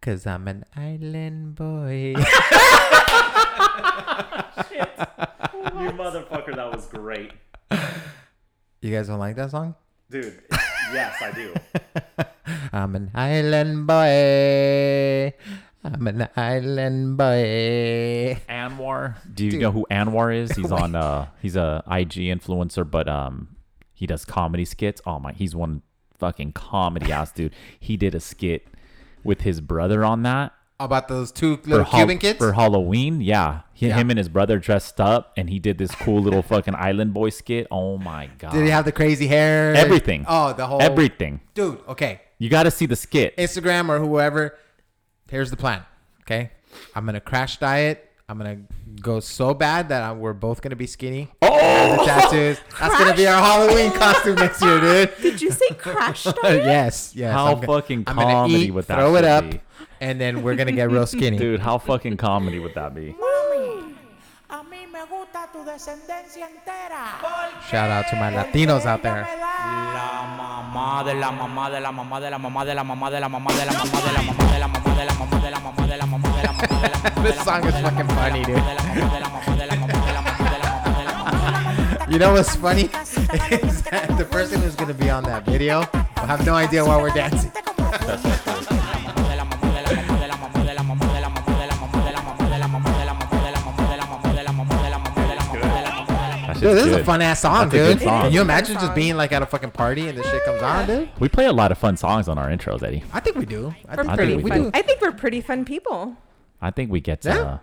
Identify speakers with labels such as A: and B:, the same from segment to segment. A: Cause I'm an island boy.
B: You motherfucker, that was great.
A: you guys don't like that song?
B: Dude, yes, I do.
A: I'm an island boy. I'm an island boy.
C: Anwar. Do you
A: Dude.
C: know who Anwar is? He's on uh he's a IG influencer, but um he does comedy skits. Oh my, he's one fucking comedy ass dude. He did a skit with his brother on that.
A: About those two little
C: Hal-
A: Cuban kids?
C: for Halloween, yeah. He,
A: Yeah.
C: Him and his brother dressed up, and he did this cool little fucking island boy skit. Oh my god!
A: Did he have the crazy hair?
C: everything?
A: Oh, the whole
C: everything.
A: dude. Okay,
C: You got to see the skit.
A: Instagram or whoever. Here's the plan. Okay, I'm gonna crash diet. I'm gonna go so bad that I, we're both gonna be skinny. Oh, the tattoos. That's gonna be our Halloween costume next year, dude.
D: Did you say crash diet?
A: yes, yes.
C: How
A: gonna-
C: fucking
A: I'm gonna
C: comedy
A: eat,
C: would that
A: Throw it
C: shit
A: up,
C: be?
A: and then we're gonna get real skinny.
C: Dude, how fucking comedy would that be?
E: Mami, a mí me gusta tu descendencia entera.
A: Shout out to my Latinos out there.
E: La mamá de la mamá de la mamá de la mamá de la mamá de la mamá de la mamá de la mamá de la mamá de la mamá de la mamá de la mamá de la mamá de la mamá
A: This song is fucking funny, dude.
E: de la mamá de la mamá de la mamá de la mamá de la mamá de la mamá.
A: You know what's funny? Is that the person who's gonna be on that video will have no idea why we're dancing.
C: That
A: Dude,
C: shit's
A: this is a
C: good.
A: fun ass song,
C: a good
A: dude.
C: song.
A: Can you imagine
D: Good
A: just
D: song.
A: being like at a fucking party and this shit comes on, dude?
C: We play a lot of fun songs on our intros, Eddie.
A: I think we do. I
D: We're
A: think,
D: pretty
A: we,
C: we
D: fun.
A: do.
D: I think we're pretty fun people.
C: I think we get to.
A: Yeah.
C: Uh,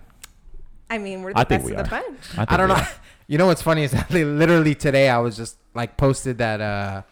D: I mean, we're the
C: I think
D: best
C: we
D: of
C: are.
D: the bunch.
C: think
A: I don't
C: we uh,
A: know.
C: are.
A: You know what's funny is that li- literally today I was just like posted that uh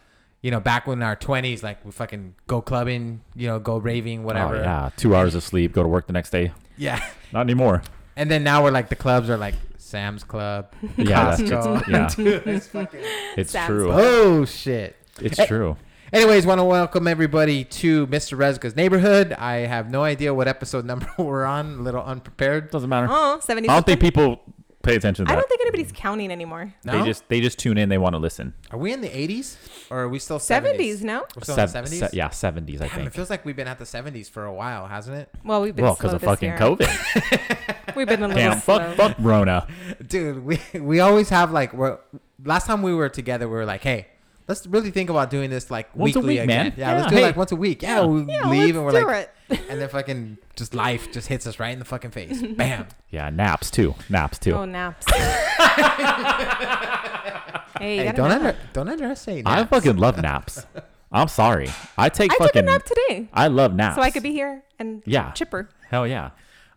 A: you know back when our twenties like we fucking go clubbing, you know, go raving,
C: Oh
A: whatever.
C: yeah, two hours of sleep, go to work the next day.
A: Yeah.
C: Not anymore.
A: And then now we're like the clubs are like Sam's Club.
C: Yeah, that's
A: Costco.
C: just, yeah. it's
D: Sounds
C: true.
A: Oh shit.
C: It's true.
A: Anyways, want to welcome everybody to Mr. Rezka's neighborhood. I have no idea what episode number we're on. A little unprepared.
C: Doesn't matter. I
D: Oh, 70.
C: don't think people pay attention to
D: I
C: that.
D: don't think anybody's counting anymore.
A: No?
C: They just they just tune in. They want to listen.
A: Are we in the 80s or are we still 70s?
D: 70s, no?
A: We're still
C: Sev-
A: in the 70s?
C: se- yeah, seventies. I
A: Damn, it
C: think.
A: feels like we've been at the 70s for a while, hasn't
D: Well, we've been
C: Well,
D: slow
C: because of
D: this
C: fucking
D: year.
C: COVID.
D: We've been a little
C: Damn.
D: slow.
C: Fuck. Fuck Rona.
A: it? Dude, we, we always have like, we're, last time we were together, we were like, hey, let's really think about doing this like
C: Once a
A: weekly
C: week,
A: again.
C: man.
A: Yeah,
C: Yeah,
A: let's do it
C: hey.
A: like once a week. Yeah, we
D: Yeah,
A: leave
D: let's
A: and we're
D: do
A: like,
D: it.
A: and then fucking just life just hits us right in the fucking face. Bam.
C: Yeah, naps too. Naps too.
D: Oh, naps. hey, you
A: Hey,
D: gotta
A: don't,
D: nap.
A: under, don't underestimate.
C: I
A: naps.
C: fucking love naps. I'm sorry. I take
D: I took
C: fucking.
D: a nap today.
C: I love naps.
D: So I could be here and
C: Yeah.
D: chipper.
C: Hell yeah.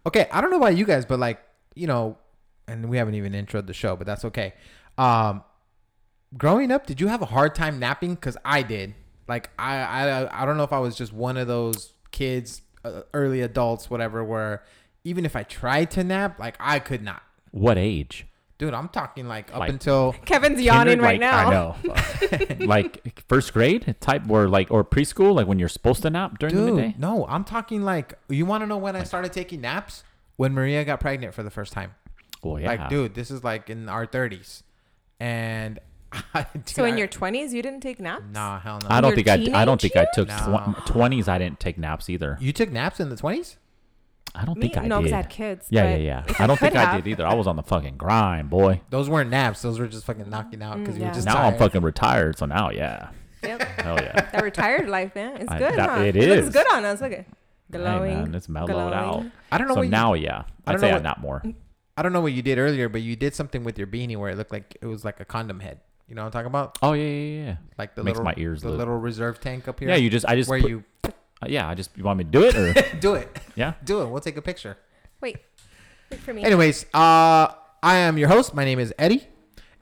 A: Okay, I don't know about you guys, but like, you know, and we haven't even introed the show, but that's okay. Um growing up, did you have a hard time napping cuz I did. Like I I I don't know if I was just one of those kids, uh, early adults, whatever, where even if I tried to nap, like I could not.
C: What age?
A: Dude, I'm talking like up
C: Like-
A: until
D: Kevin's yawning
C: Kinder-
D: right now.
C: like, I know. like first grade type or like or preschool, like when you're supposed to nap during the midday.
A: Dude, no, I'm talking like you want to know when I started taking naps? When Maria got pregnant for the first time.
C: Well, yeah.
A: Like, dude, this is like in our 30s. And I,
D: So in
A: your
D: your 20s, you didn't take naps?
A: Nah, hell no.
C: I don't
D: your
C: think I. I don't
D: teenage
C: think I took
A: years? No.
C: twenties. I didn't take naps either.
A: You took naps in the twenties?
C: I don't
D: Me?
C: think I
D: no,
C: did.
D: I had kids.
C: yeah,
D: but
C: yeah, yeah.
D: if
C: I don't think
D: could
C: I
D: have-
C: did either. I was on the fucking grind, boy.
A: Those weren't naps. Those were just fucking knocking out because you were
D: Mm, yeah.
A: just
C: now
A: tired.
C: I'm fucking retired, so now yeah,
D: Yep.
C: hell yeah.
D: That retired life, man. It's
C: I-
D: good,
C: that-
D: huh?
C: it
D: looks
C: is.
D: good on us. Look at glowing.
C: hey man, it's mellowed
D: glowing.
C: out.
A: I don't know
C: So
A: what you-
C: now
A: I
C: yeah, I'd
A: don't
C: say
A: know
C: I
A: what- Mm.
C: nap more.
A: I don't know what you did earlier, but you did something with your beanie where it looked like it was like a condom head. You know what I'm talking about?
C: Oh yeah, yeah, yeah.
A: Like the
C: Makes
A: little
C: my ears
A: the
C: look-
A: little reserve tank up here.
C: Yeah, you just I just
A: where
C: put-
A: you
C: uh, yeah. I just you want me to do it or
A: do it.
C: yeah.
A: Do it. We'll take a picture.
D: Wait. Wait for me.
A: Anyways, uh I am your host. My name is Eddie.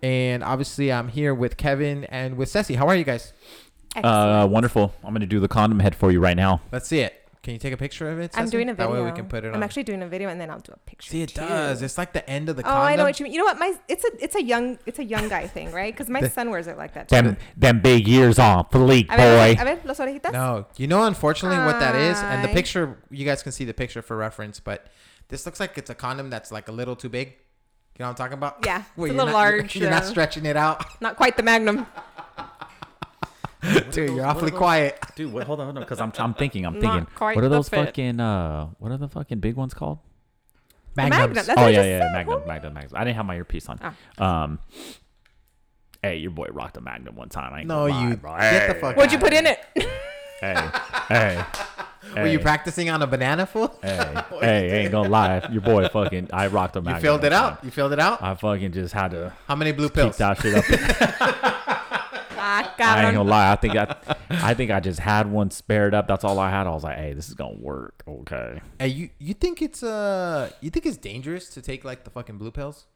A: And obviously I'm here with Kevin and with Ceci. How are you guys?
C: Uh,
D: Excellent.
C: wonderful. I'm gonna do the condom head for you right now.
A: Let's see it. Can you take a picture of it?
D: I'm
A: Ceci?
D: doing a video.
A: That way we can put it on.
D: I'm actually doing a video and then I'll do a picture.
A: See it
D: too.
A: does. It's like the end of the
D: Oh,
A: condom.
D: I know what you mean. You know what? My it's a it's a young it's a young guy thing, right? Because my son wears it like that. Too.
C: Them them big ears on, fleek
D: a ver,
C: boy.
D: a ver, los orejitas.
A: No, you know, unfortunately, what that is, and the
D: Aye.
A: picture you guys can see the picture for reference, but this looks like it's a condom that's like a little too big. You know what I'm talking about?
D: Yeah, it's a
A: you're
D: little
A: not-
D: large,
A: You're, not
D: yeah.
A: stretching it out.
D: Not quite the Magnum.
A: Dude, you're
B: what are
A: awfully
B: those?
A: quiet.
B: Dude, wait, hold on, hold on, because I'm
C: I'm, I'm thinking. I'm
D: Not
C: thinking.
D: quite
C: What are
D: the
C: those
D: fit.
C: fucking? Uh, what are the fucking big ones called?
D: Magnum.
A: Magnums.
D: That's
C: oh
D: what I
C: yeah,
D: just Oh.
C: yeah,
D: said,
C: Magnum,
D: homie.
C: Magnum, Magnum. I didn't have my earpiece on. Um, hey, your boy rocked a Magnum one time. I ain't
A: No,
C: gonna lie,
A: you
C: bro.
A: get
C: Hey,
A: the fuck.
D: What'd you
A: outta
D: put in it?
C: Hey, hey,
A: here. Were you practicing on a banana fool?
C: hey, hey, ain't gonna lie, your boy fucking. I rocked a
A: You
C: Magnum.
A: filled it
C: one
A: out.
C: time.
A: You filled it out.
C: I fucking just had to
A: How many blue
C: keep
A: pills?
C: that shit up.
D: Ah,
C: I ain't
D: cabrón.
C: gonna lie. I think I, I think I just had one spared up. That's all I had. I was like, hey, this is gonna work. Okay.
A: Hey, you you think it's uh you think it's dangerous to take like the fucking blue pills?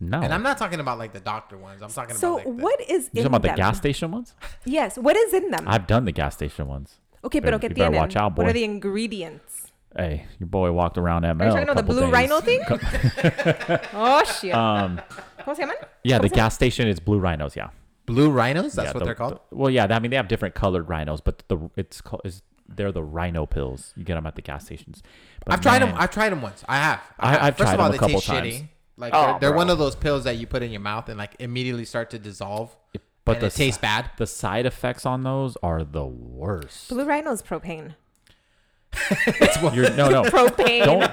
C: No.
A: And I'm not talking about like the doctor ones. I'm talking
D: So
A: about like the-
D: what is in
C: you talking about the
D: them?
C: gas station ones?
D: Yes, what is in them?
C: I've done the gas station ones.
D: okay,
C: Baby,
D: pero que
C: you better
D: tienen?
C: watch out,
D: What
C: boy.
D: are the ingredients?
C: Hey, your boy walked around ML.
D: Are you talking
C: a
D: about the
C: couple
D: blue
C: days.
D: rhino thing? oh shit.
C: Um,
D: ¿Cómo se llaman?
C: yeah, the
D: ¿Cómo se llaman?
C: gas station is blue rhinos. Yeah,
A: blue rhinos? That's
C: Yeah,
A: what
C: the-
A: they're called.
C: the- well, yeah, I mean they have different colored rhinos, but the it's called is they're the rhino pills. You get them at the gas stations. But
A: I've tried
C: man,
A: them. I've tried them once. I have.
C: I-
A: have.
C: I've
A: First
C: tried
A: of all,
C: 'em a
A: they
C: couple
A: taste shitty.
C: times.
A: Like
C: Oh,
A: they're, they're
C: bro.
A: one of those pills that you put in your mouth and like immediately start to dissolve.
C: but
A: and
C: the
A: it tastes
C: si-
A: bad.
C: The side effects on those are the worst.
D: Blue rhino's propane.
A: It's what-
C: You're, no, no,
D: Propane.
C: don't,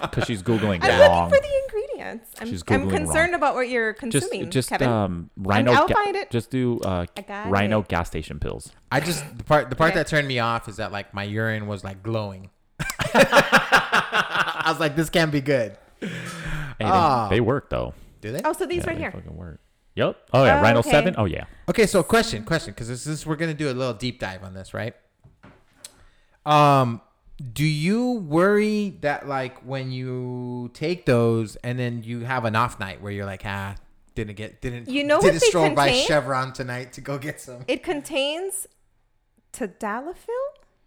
C: because she's googling
D: I'm
C: wrong.
D: looking for the ingredients. I'm,
C: She's
D: I'm
C: Googling
D: concerned
C: wrong.
D: about what you're
C: just,
D: consuming,
C: just
D: Kevin.
C: um, rhino.
D: I'll
C: ga-
D: find it.
C: Just do uh,
D: I got
C: rhino
D: it.
C: gas station pills.
A: I just the part the part
D: Okay.
A: that turned me off is that like my urine was like glowing. I was like, this can't be good.
C: Hey, they,
A: Ah.
C: they work though.
A: Do they?
D: oh, so these
C: Yeah,
D: right
C: they
D: here.
C: fucking work. Yep. Oh yeah,
D: Oh,
C: rhino
D: okay.
C: seven. Oh yeah.
A: Okay, so question, question, because this is we're gonna do a little deep dive on this, right? Um, do you worry that like when you take those and then you have an off night where you're like, ah, didn't get, didn't,
D: You know what
A: didn't
D: they
A: stroll by
D: contain?
A: Chevron tonight to go get some.
D: It contains tadalafil,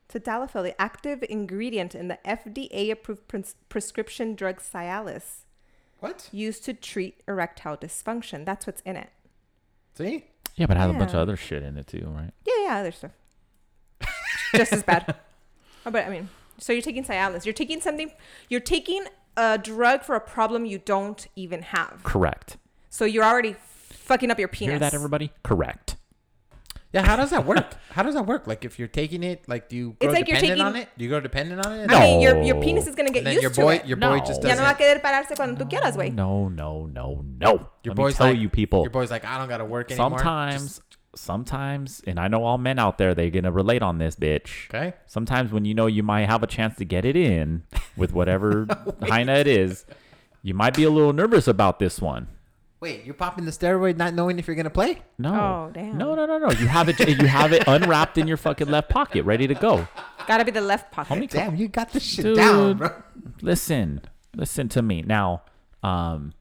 D: tadalafil, the active ingredient in the FDA-approved pres- prescription drug Cialis,
A: What?
D: used to treat erectile dysfunction. That's what's in it.
A: See?
C: Yeah, but it has a bunch of
D: Yeah.
C: other shit in it too, right?
D: Yeah, yeah, other stuff. Just as bad. Oh, but I mean, so you're taking Cialis. You're taking something. You're taking a drug for a problem you don't even have.
C: Correct.
D: So you're already fucking up your penis.
C: Hear that, everybody? Correct.
A: Yeah. How does that work? how does that work? Like if you're taking it, like do you grow
D: like you're
A: dependent on
D: taking-
A: it? Do you grow dependent on it?
D: I mean, your, your
C: No.
D: penis is gonna get
A: And then
D: used
A: your
D: to
A: boy,
D: it.
A: your boy
C: No.
A: just
C: Yeah,
D: ya
A: doesn't.
D: no va a querer pararse cuando tú quieras, güey.
C: No, no, no, no.
A: your
C: Let me
A: boy's
C: tell
A: like,
C: you, people.
A: Your boy's like, I don't gotta work anymore.
C: Sometimes, sometimes, and I know all men out there, they're gonna relate on this, bitch.
A: Okay.
C: Sometimes when you know you might have a chance to get it in with whatever hyena it is, you might be a little nervous about this one.
A: Wait, you're popping the steroid not knowing if you're gonna play?
C: No.
D: Oh, damn.
C: No, no, no, no. You have it. You have it unwrapped in your fucking left pocket, ready to go.
D: Gotta be the left pocket.
C: Homie,
A: Damn, you got this shit
C: Dude.
A: down, bro.
C: listen, listen to me now. Um,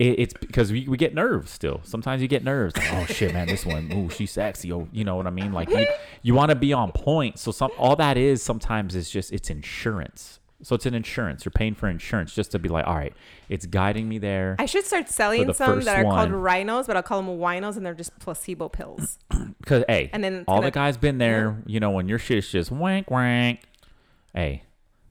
C: it, it's because we, we get nerves still. Sometimes you get nerves. Like, oh shit, man, this one, ooh, she's sexy. Oh, you know what I mean? Like you, you want to be on point. So some all that is sometimes is just it's insurance. So it's an insurance. You're paying for insurance just to be like, all right, it's guiding me there.
D: I should start selling
C: the
D: some that
C: first
D: are called
C: one.
D: rhinos, but I'll call them winos, and they're just placebo pills.
C: Because hey,
D: And then it's
C: all
D: gonna-
C: the guys been there. You know when your shit's just wank wank. Hey,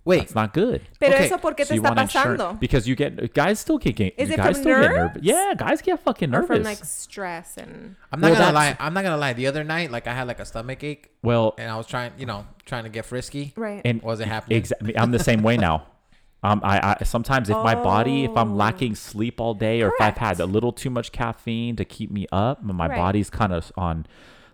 A: Wait,
C: it's not good.
D: Pero
A: Okay,
D: eso por qué
C: So
D: te
C: you
D: está
C: want insurance-
D: pasando?
C: because you get guys still get, get
D: Is it
C: guys
D: from
C: still get
D: nerves?
C: nervous. Yeah, guys get fucking
D: Or
C: nervous.
D: from like stress and
A: I'm not
C: Well,
A: gonna lie.
C: that's-
A: I'm not gonna lie. The other night, like I had like a stomach ache,
C: well,
A: and I was trying, you know, trying to get frisky.
D: right.
C: and
A: Was it happening?
C: exactly, I'm the same way now. Um, I, I sometimes if my body, if
D: Oh.
C: I'm lacking sleep all day, or if I've had a little too much caffeine to keep me up, my
D: Right.
C: body's kind of on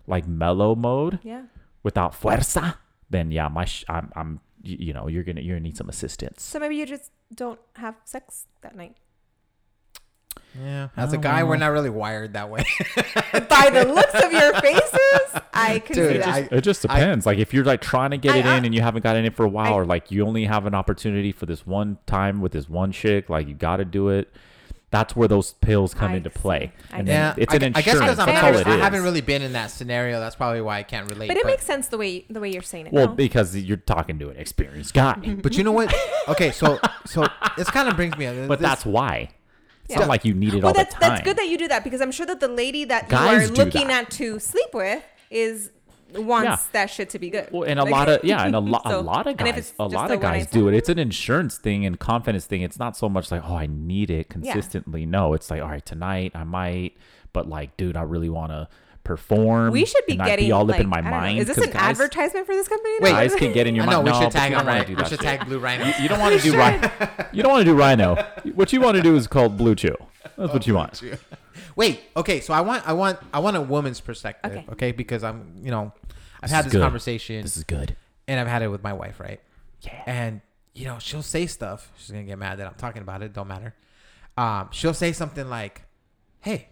C: like mellow mode
D: yeah.
C: without fuerza. Then yeah, my sh- I'm, I'm y- you know you're gonna you're gonna need some assistance.
D: So maybe you just don't have sex that night.
A: Yeah. As a guy, we're not really wired that way.
D: By the looks of your faces, I can see
A: Dude,
D: that.
A: I-
C: It just depends. like if you're like trying to get
D: I-
C: it
D: I-
C: in and you haven't gotten it for a while,
D: I-
C: or like you only have an opportunity for this one time with this one chick, like you got to do it. That's where those pills come
D: I
C: into
D: see.
C: play,
D: I
C: and
D: see.
C: then
A: yeah.
C: it's
A: I,
C: an
A: I guess
C: insurance.
A: because I'm
C: That's
D: married,
C: all it
A: I
C: is.
A: haven't really been in that scenario. That's probably why I can't relate.
D: but it makes sense the way the way you're saying it.
C: Well,
D: no?
C: because you're talking to an experienced guy,
A: But you know what? Okay, so so this kind of brings me.
C: but that's why. It's
D: Yeah.
C: not like you need it
D: well,
C: all
D: that's
C: the time.
D: that's good that you do that because I'm sure that the lady that
C: Guys
D: you
C: do
D: are looking
C: that.
D: at to sleep with is wants
C: Yeah.
D: that shit to be good.
C: Well, and a
D: Like-
C: lot of yeah, and a lot
D: So-
C: a lot of
D: and if
C: guys
D: it's
C: a
D: just
C: lot
D: a
C: of guys
D: one-night
C: do it.
D: stand-
C: It's an insurance thing and confidence thing. It's not so much like oh I need it consistently. No, it's like all right tonight I might, but like dude I really want to perform.
D: We should be
C: and
D: getting
C: not be all
D: like,
C: up in my
D: I don't know.
C: mind.
D: Is this
C: 'cause
D: an
C: guys,
D: advertisement for this company?
A: Wait.
C: Guys can get in your
A: I know
C: mind.
A: we
C: No,
A: should
C: because
A: tag
C: you don't
A: him.
C: wanna
A: Right?
C: do
A: We
C: that
A: should
C: shit.
A: tag Blue Rhino.
C: You don't want to do rhino. You don't want to do rhino. What you want to do is called blue chew. That's what you want.
A: Wait, okay. So I want, I want, I want a woman's perspective, okay?
D: Okay.
A: Because I'm, you know, I've
C: This
A: had
C: is
A: this
C: good.
A: conversation
C: This is good.
A: and I've had it with my wife, right?
C: Yeah.
A: And you know, she'll say stuff. She's gonna get mad that I'm talking about it. Don't matter. Um, she'll say something like, "Hey,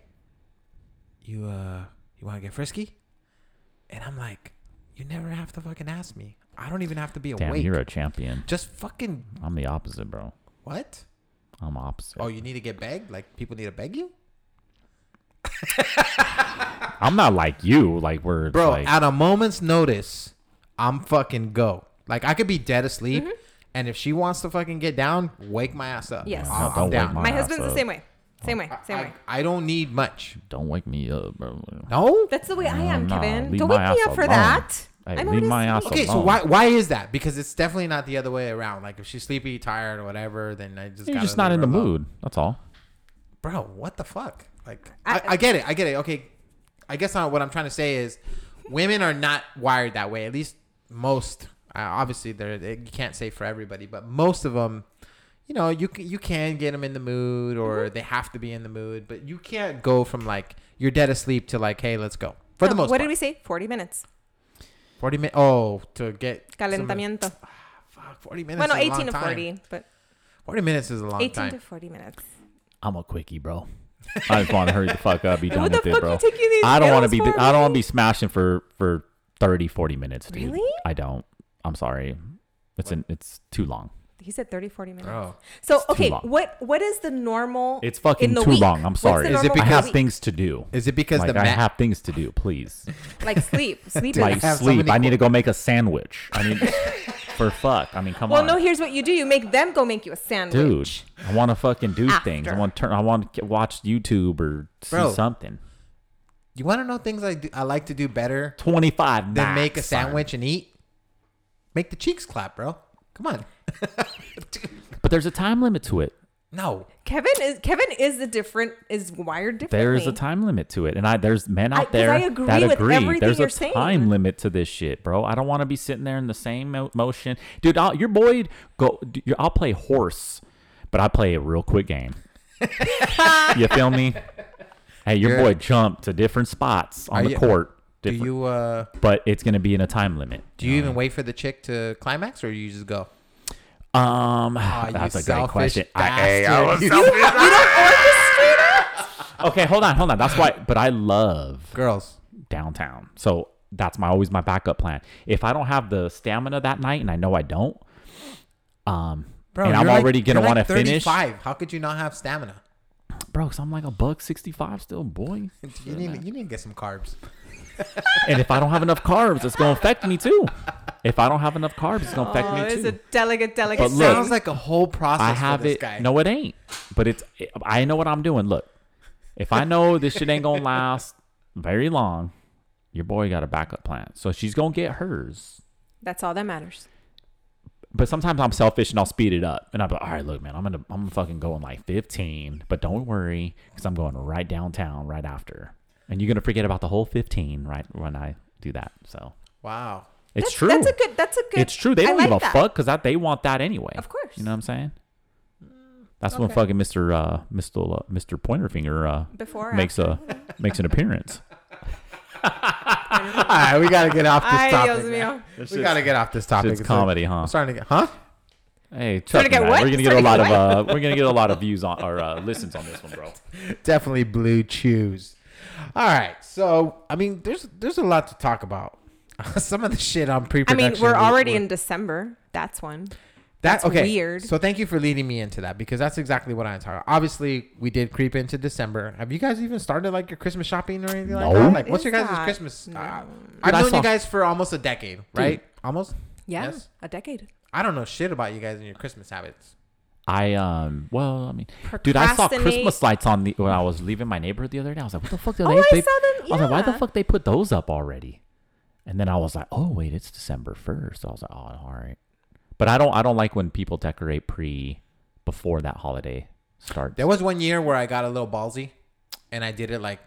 A: you uh, you want to get frisky?" And I'm like, "You never have to fucking ask me. I don't even have to be
C: Damn,
A: awake.
C: you're a champion.
A: Just fucking
C: I'm the opposite, bro.
A: what?
C: I'm opposite.
A: Oh, you need to get begged? Like people need to beg you,
C: I'm not like you. Like we're
A: bro?
C: Like,
A: at a moment's notice, I'm fucking go. Like I could be dead asleep."
C: Mm-hmm.
A: And if she wants to fucking get down, wake my ass up.
D: Yes.
A: I'm,
C: No,
A: I'm
C: don't wake
A: down.
C: my
D: My
C: ass
D: husband's the
C: up.
D: same way. Same way. Same
A: I,
D: way.
A: I don't need much.
C: don't wake me up, bro.
A: No.
D: That's the way I
C: No,
D: am,
C: no,
D: Kevin.
C: leave
D: Don't
C: my
D: wake me
C: ass
D: up for
C: alone.
D: that.
C: Hey,
D: I'm
C: leave
D: already
C: my ass
D: asleep.
A: Okay, so
C: alone.
A: why why is that? Because it's definitely not the other way around. Like if she's sleepy, tired, or whatever, then I just
C: You're
A: gotta
C: just not
A: leave
C: in
A: her
C: the
A: alone.
C: mood. That's all.
A: bro. What the fuck? Like I,
D: I-
A: I, get it, I get it. Okay, I guess uh, what I'm trying to say is, women are not wired that way. At least most. Uh, obviously, there you can't say for everybody, but most of them, you know, you c- you can get them in the mood, or
D: Mm-hmm.
A: they have to be in the mood, but you can't go from like you're dead asleep to like, hey, let's go. For the
D: No,
A: most
D: What
A: part,
D: did we say? 40 minutes.
A: forty minutes. Oh, to get some-
D: Calentamiento.
A: Fuck, forty minutes.
D: Well, no,
A: is a long
D: 18 to
A: time.
D: 40, but
A: 40 minutes is a long
D: 18
A: time.
D: to 40 minutes.
C: I'm a quickie, bro. I just want to hurry the fuck up. Be done
D: What
C: with
D: the
C: it,
D: fuck
C: bro.
D: you taking these
C: I don't want to
D: pills
C: be.
D: for,
C: I don't want to
D: bro?
C: be smashing for for 30, 40 minutes, dude.
D: Really?
C: I don't. I'm sorry. It's an, It's too long.
D: He said 30, 40 minutes.
A: Bro.
D: So,
C: It's too
D: okay,
C: long.
D: what what is the normal?
C: It's fucking
D: in the
C: too
D: week?
C: long. I'm
D: What's
C: sorry.
D: the
A: Is it
D: normal
C: I
D: in the
C: have
D: week?
C: things to do.
A: Is it because
C: Like
A: the
C: I
A: ma-
C: have things to do. Please,
D: like sleep, sleep. is-
C: like
A: have so
C: sleep.
A: many
C: I need
A: qu-
C: to go make a sandwich. I need for fuck. I mean, come
D: well,
C: on.
D: no. Here's what you do: you make them go make you a
C: dude.
D: sandwich.
C: I want to fucking do things. I
D: After.
C: want to turn. I want to watch YouTube or see
A: Bro.
C: something.
A: You want to know things I do, I like to do better
C: Twenty five.
A: than make a sandwich and eat? Make the cheeks clap, bro. Come on.
C: But there's a time limit to it.
A: No.
D: Kevin is Kevin is the different is wired differently.
C: There is a time limit to it, and I there's men
D: I-
C: out
D: 'cause
C: there
D: I agree
C: that
D: with
C: agree.
D: everything
C: there's
D: you're
C: a
D: saying.
C: time limit to this shit, bro. I don't want to be sitting there in the same mo- motion, dude. I'll, your boy, go. d- your- I'll play horse, but I play a real quick game. you feel me? Hey, your
A: You're-
C: boy jumped to different spots on
A: Are
C: the
A: you-
C: court,
A: Do
C: different,
A: you uh
C: but it's gonna be in a time limit.
A: do you even wait for the chick to climax or you just go?
C: Um,
A: Ah, you
C: that's a great
A: selfish
C: question. I- hey, I
A: bastard.
C: was
A: You-
C: selfish. okay, hold on, hold on. That's why. But I love
A: Girls.
C: downtown. So that's my always my backup plan. If I don't have the stamina that night, and I know I don't, um,
A: Bro,
C: and I'm
A: you're like-
C: already gonna
A: you're
C: want
A: like
C: to finish,
A: 35. How could you not have stamina?
C: bro. Cause I'm like a buck sixty five still, boy.
A: You need you need to get some carbs.
C: and if I don't have enough carbs, it's gonna affect me too. If I don't have enough carbs, it's gonna affect
D: Oh,
C: me
D: it's
C: too.
D: a delicate, delicate.
C: But look,
D: thing.
A: Sounds like a whole process
C: I have
A: for this
C: it.
A: guy.
C: No, it ain't. But it's. I know what I'm doing. Look, if I know this shit ain't gonna last very long, your boy got a backup plan. So she's gonna get hers.
D: that's all that matters.
C: but sometimes I'm selfish and I'll speed it up. And I'll be like, all right, look, man, I'm gonna I'm gonna fucking going like 15, but don't worry, because I'm going right downtown right after. And you're gonna forget about the whole 15 right when I do that. So
A: Wow.
C: it's
D: that's,
C: true.
D: That's a good. That's a good.
C: it's true. They
D: I
C: don't give
D: like
C: a
D: that.
C: fuck because they want that anyway.
D: Of course. Mm,
C: You know what I'm saying? That's when fucking Mr. Uh, Mr. Uh, Mr. Pointer Finger uh,
D: Before or
C: makes a makes an appearance.
A: All right, we got to get off this
D: Ay,
A: topic.
D: Dios
A: man.
D: mío.
B: This
A: We
B: shit's-
A: got to get off this topic.
C: It's comedy, huh?
A: I'm starting to get Huh?
C: Hey, trust me,
D: get
C: man,
D: what?
C: we're gonna get a
D: Starting
C: lot
D: to
C: of
D: get
C: uh, we're gonna get a lot of views on or uh, listens on this one, bro.
A: definitely blue chews. All right, so I mean, there's there's a lot to talk about. Some of the shit on
D: I
A: pre-production.
D: mean, we're
A: we-
D: already
A: we-
D: in December. That's one.
A: that.
D: that's
A: okay,
D: weird.
A: So thank you for leading me into that because that's exactly what I'm talking. about. Obviously, we did creep into December. Have you guys even started like your Christmas shopping or anything like
C: No.
A: that? Like, what's
D: Is
A: your guys'
D: that-
A: Christmas?
D: No.
A: Uh, I've
C: Dude, I
A: known
C: saw-
A: you guys for almost a decade, right? Almost.
D: Yeah,
A: Yes.
D: a decade.
A: I don't know shit about you guys and your Christmas habits.
C: I um well I mean dude I saw
D: Procrastinate.
C: Christmas lights on the when I was leaving my neighborhood the other day I was like what the fuck did
D: Oh,
C: they,
D: I
C: they-
D: saw
C: I
D: them,
C: was like why the
D: yeah.
C: fuck they put those up already and then I was like oh wait it's December first I was like oh all right but I don't I don't like when people decorate pre before that holiday starts
A: There was one year where I got a little ballsy, and I did it like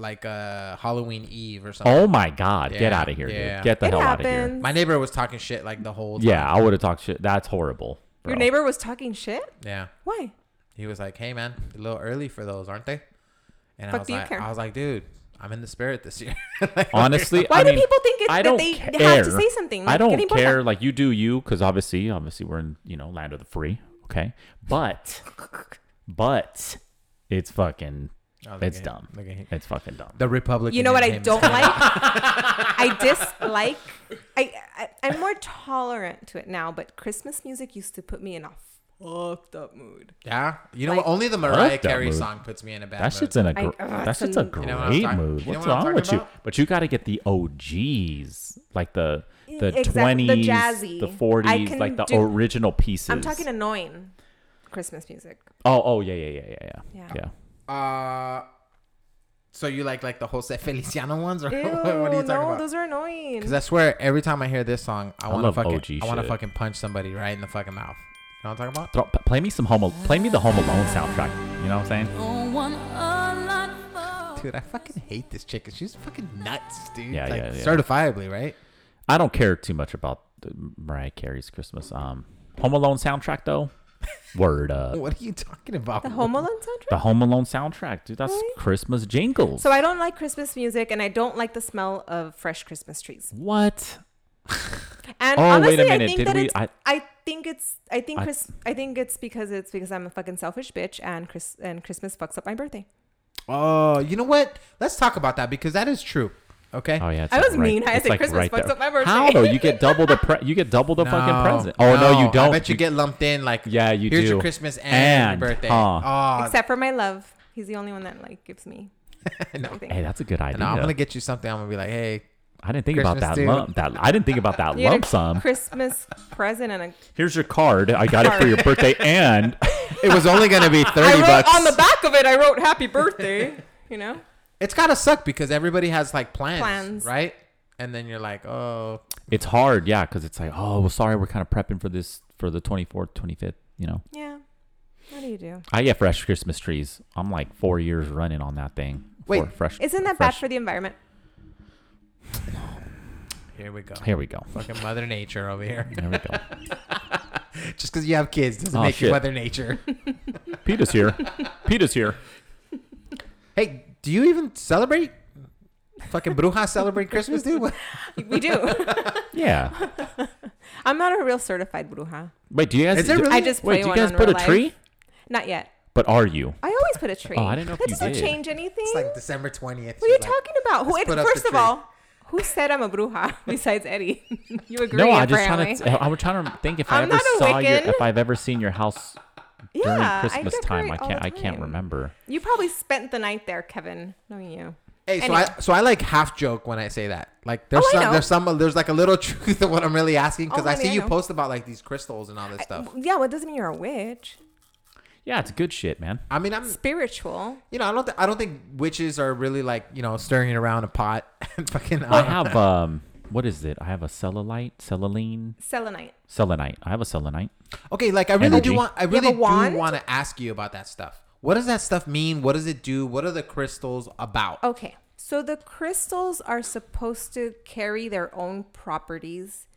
A: like uh Halloween Eve or something.
C: Oh my God! Get
A: Yeah,
C: out of here,
A: yeah.
C: dude! Get the
D: it
C: hell out of here!
D: happens.
A: My neighbor was talking shit like the whole time.
C: Oh. Yeah, I would have talked shit. That's horrible.
D: Your
C: bro.
D: neighbor was talking shit.
A: Yeah.
D: Why?
A: He was like, "Hey man, a little early for those, aren't they?" And I
D: Fuck
A: was
D: do you
A: like,
D: care?
A: I was like, "Dude, I'm in the spirit this year."
C: Honestly,
D: Why
C: I
D: do
C: mean,
D: people think it's,
C: I
D: that
C: don't
D: they
C: care.
D: have to say something?
C: I
D: Like,
C: don't
D: get importa.
C: care. Like you do you, because obviously, obviously, we're in you know land of the free. Okay, but but it's fucking
A: I was like,
C: it's
A: "Hey,
C: dumb.
A: look at him."
C: It's fucking dumb.
A: The Republican.
D: You know what
A: in
D: I
A: him is
D: don't
A: coming
D: like?
A: out.
D: I dislike. I, I I'm more tolerant to it now, but Christmas music used to put me in a fucked up mood.
A: Yeah. You know
D: Like-
A: what? Only the Mariah
C: Fuck that
A: Carey
C: mood.
A: song puts me in a bad. mood.
C: That shit's in a
D: I-
C: gr-
D: ugh,
C: that
D: it's
C: shit's
D: a-
C: a
D: You
C: great
A: know what I'm talking-
C: mood.
A: you know
C: What's
A: what I'm
C: wrong with
A: talking
C: you?
A: about?
C: But you got to get the OGs, like the the
D: E, Exactly, the
C: twenties,
D: jazzy.
C: the
D: I
C: forties,
D: can
C: like the
D: do-
C: original pieces.
D: I'm talking annoying Christmas music.
C: Oh, oh yeah, yeah, yeah, yeah, yeah,
D: Yeah.
C: yeah.
A: Uh, so you like like the Jose Feliciano ones, or
D: Ew,
A: what are you talking
D: no,
A: about?
D: those are annoying.
A: Because I swear, every time I hear this song, I want to
C: love
A: fucking,
C: OG
A: I want to
C: shit.
A: fucking punch somebody right in the fucking mouth. You know what I'm talking about?
C: Throw, p- play me some home. Al- Play me the Home Alone soundtrack. You know what I'm saying?
A: Dude, I fucking hate this chick. She's fucking nuts, dude.
C: Yeah,
A: like,
C: yeah, yeah.
A: Certifiably, right?
C: I don't care too much about the Mariah Carey's Christmas. Um, Home Alone soundtrack though. Word up.
A: What are you talking about?
D: the Home Alone soundtrack.
C: The Home Alone soundtrack, dude. That's
D: Really?
C: Christmas jingles.
D: So I don't like Christmas music, and I don't like the smell of fresh Christmas trees.
C: what?
D: And
C: Oh, wait a
D: honestly, I
C: minute,
D: think
C: did
D: that
C: we-
D: it's. I,
C: I-
D: think it's. I think
C: I-
D: Chris. I think it's because it's because I'm a fucking selfish bitch, and Chris and Christmas fucks up my birthday.
A: Oh, you know what? Let's talk about that because that is true. Okay.
C: Oh yeah, it's
D: I
C: like
D: was mean. I
C: it's
D: said Christmas fucks
C: there.
D: up my birthday.
C: How though? You get double the pre- you get double the fucking present. Oh no, you don't.
A: I bet you, get lumped in like.
C: Yeah, you
A: here's your
C: do.
A: Christmas and,
C: And,
A: your birthday.
C: huh.
A: Oh,
D: Except for my love, he's the only one that like gives me. everything.
C: Hey, that's a good idea.
A: no, I'm gonna get you something. I'm gonna be like, hey,
C: I didn't think
A: Christmas
C: about that
A: too.
C: lump. That I didn't think about that
D: You get a
C: lump sum.
D: Christmas present and a
C: Here's your card. I got it for your birthday, and
A: it was only gonna be
D: I
A: thirty
D: wrote
A: bucks.
D: on the back of it. I wrote "Happy Birthday." You know,
A: it's gotta suck because everybody has like plans,
D: Plans.
A: right? And then you're like, oh,
C: it's hard, yeah, because it's like, oh, well, sorry, we're kind of prepping for this for the 24th, 25th. You know,
D: yeah. What do you do?
C: I get fresh Christmas trees. I'm like four years running on that thing.
A: Wait,
C: Four fresh.
D: Isn't that bad
C: fresh-
D: for the environment?
A: here we go.
C: Oh, Here we go.
A: Fucking Mother Nature over here.
C: There we go.
A: Just because you have kids doesn't
C: Oh,
A: make you
C: shit.
A: Mother Nature.
C: Peta's here. Peta's here.
A: hey, do you even celebrate? Fucking Brujas celebrate Christmas, dude? What-
D: We do.
C: Yeah.
D: I'm not a real certified bruja.
C: Wait, do you guys?
A: Is there
C: do-
A: really-
D: I just play
C: wait, do you
D: one
C: guys
D: on
C: put a
D: real life.
C: tree?
D: Not yet.
C: But are you?
D: I always put a tree.
C: Oh, I didn't know if
D: that
C: you
D: doesn't
C: did.
D: change anything.
A: It's like December 20th.
D: what are you
A: She's like,
D: talking about? Who,
A: "Let's put up
D: first
A: the
D: of all, who said I'm a bruja besides Eddie? you agree?
C: No, I just
D: apparently.
C: trying to. I'm trying to think if i
D: I'm
C: ever
D: not a
C: saw your,
D: Wiccan.
C: if I've ever seen your house during
D: Yeah, I
C: Christmas time. I
D: decorate all
C: can't.
D: the
C: I can't
D: time.
C: remember.
D: You probably spent the night there, Kevin. Knowing you.
A: Hey, so
D: Anyway.
A: I so I like half joke when I say that. Like there's
D: Oh, I
A: some
D: know.
A: there's some there's like a little truth of what I'm really asking because
D: Oh,
A: I
D: honey,
A: see
D: I
A: you
D: know.
A: post about like these crystals and all this stuff.
D: Yeah, well, it doesn't mean you're a witch.
C: Yeah, it's good shit, man.
A: I mean, I'm
D: Spiritual.
A: you know I don't th- I don't think witches are really like you know stirring it around a pot and fucking.
C: I have um. What is it? I have a cellulite, celluline,
D: Selenite.
C: selenite. I have a selenite.
A: Okay, like I really do
C: Energy.
A: want I
D: have a
A: really do
D: wand?
A: want to ask you about that stuff. What does that stuff mean? What does it do? What are the crystals about?
D: Okay. So the crystals are supposed to carry their own properties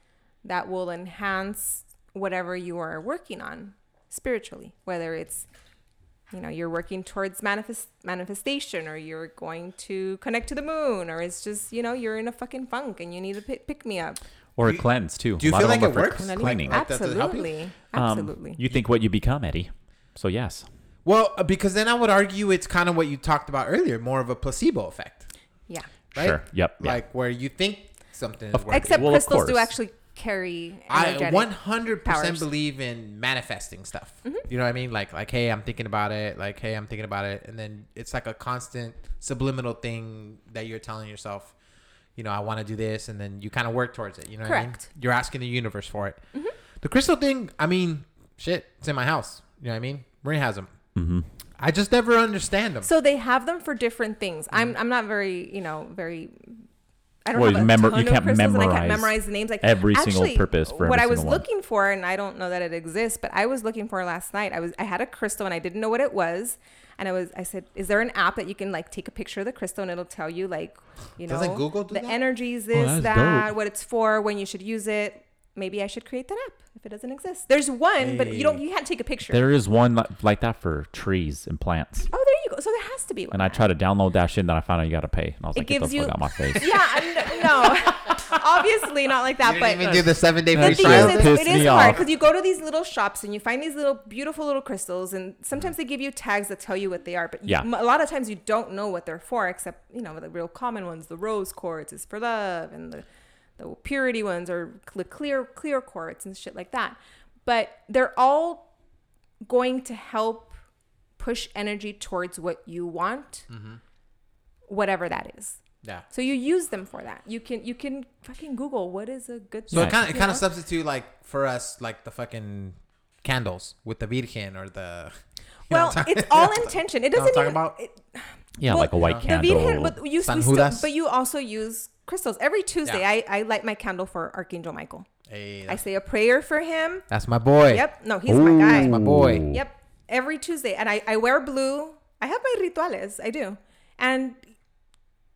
D: that will enhance whatever you are working on spiritually, whether it's you know you're working towards manifest manifestation or you're going to connect to the moon or it's just you know you're in a fucking funk and you need a pick, pick me up
C: Or a cleanse too.
A: do you
C: a lot
A: feel
C: of
A: like
C: them
A: it
C: are for
A: works?
C: cl-
A: Like-
C: Cleaning.
A: like- does it help you?
D: absolutely
C: Um,
D: absolutely
C: you think what you become, Eddie. So yes.
A: Well, uh, because then I would argue it's kind of what you talked about earlier, more of a placebo effect,
D: yeah
A: right?
C: Sure. Yep. yeah.
A: Like where you think something is
C: Of
A: working.
D: except
C: Well, of
D: crystals do
C: course.
D: actually carry
A: I
D: energetic.
A: one hundred percent
D: powers. Mm-hmm.
A: believe in manifesting stuff. You know what I mean? Like like hey, I'm thinking about it. Like hey, I'm thinking about it, and then it's like a constant subliminal thing that you're telling yourself. You know, I want to do this, and then you kind of work towards it. You know what
D: Correct. Mm-hmm.
A: I mean? You're asking the universe for it. The crystal thing, I mean, shit, it's in my house. You know what I mean? Marie has them. I just never understand them.
D: So they have them for different things. I'm I'm not very you know very. I
C: Mm.
D: don't
C: Well,
D: have a
C: you memor-
D: ton
C: you
D: of
C: can't
D: crystals and I
C: memorize
D: can't memorize the names. Like
C: every single purpose for every
D: what I was
C: single one.
D: looking for, and I don't know that it exists, but I was looking for last night. I was I had a crystal and I didn't know what it was. and I was I said, is there an app that you can like take a picture of the crystal and it'll tell you like you know
A: Doesn't Google do
D: the
A: that?
D: energies
C: Oh,
D: this
C: that's
D: that
C: dope.
D: what it's for when you should use it. Maybe I should create that app if it doesn't exist. There's one, but you don't you can't take a picture.
C: There is one li- like that for trees and plants.
D: oh, there you go. So there has to be one.
C: And I tried to download that shit, and then I found out you gotta pay. And I was
D: It
C: like, get
D: gives
C: the
D: you
C: fuck out my face.
D: Yeah, I'm, no, obviously not like that.
A: You
D: but
A: didn't even do the seven day free
D: the thing
A: trial.
D: is,
C: Pissed
D: it's, it is
C: me
D: hard
C: off.
D: because you go to these little shops and you find these little beautiful little crystals, and sometimes they give you tags that tell you what they are. But you,
C: Yeah.
D: m- a lot of times you don't know what they're for, except you know the real common ones. The rose quartz is for love, and the the purity ones are the clear clear quartz and shit like that. But they're all going to help push energy towards what you want, whatever that is.
A: yeah.
D: So you use them for that. You can you can fucking Google what is a good.
A: So it
C: Right.
A: kind of it
D: you
A: kind
D: know?
A: of substitute like for us like the fucking candles with the virgin or the. you know
D: Well,
A: what I'm talking-
D: it's all intention. It
A: You know
D: doesn't
A: what I'm
D: even.
A: talking
D: it-
C: Yeah,
D: well,
C: like a white
D: the
C: candle.
D: Virgen- but you, we
A: San
D: still,
A: Judas.
D: but you also use crystals every Tuesday.
A: Yeah.
D: I, I light my candle for Archangel Michael.
A: Hey,
D: I
A: that's,
D: say a prayer for him.
A: that's my boy.
D: Yep. No, he's my guy.
A: my boy.
D: Yep. Every Tuesday. And I, I wear blue. I have my rituales. I do. And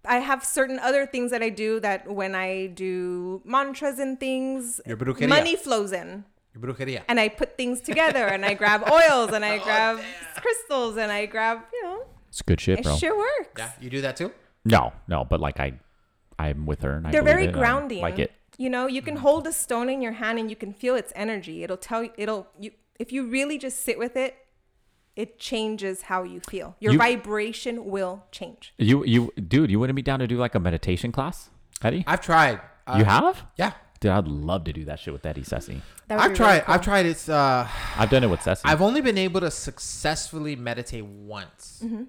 D: I have certain other things that I do that when I do mantras and things,
A: Your brujería.
D: money flows in.
A: Your brujería.
D: And I put things together and I grab oils and I grab crystals and I grab, you know,
C: It's good shit,
D: it
C: bro.
D: sure works.
A: Yeah, you do that too.
C: No, no, but like I, I'm with her, and I
D: They're
C: believe
D: very
C: it, and I
D: grounding.
C: Like it.
D: You know, you can hold a stone in your hand and you can feel its energy. It'll tell you, it'll, you, if you really just sit with it, it changes how you feel. Your
C: You-
D: vibration will change.
C: You, you, dude, you wouldn't be down to do like a meditation class, Eddie?
A: I've tried. Uh,
C: you have?
A: Yeah,
C: Dude, I'd love to do that shit with Eddie Sessi.
D: That would
A: I've
D: be
A: tried.
D: really cool.
A: I've tried. It's. Uh,
C: I've done it with Sessi.
A: I've only been able to successfully meditate once,
D: Mm-hmm.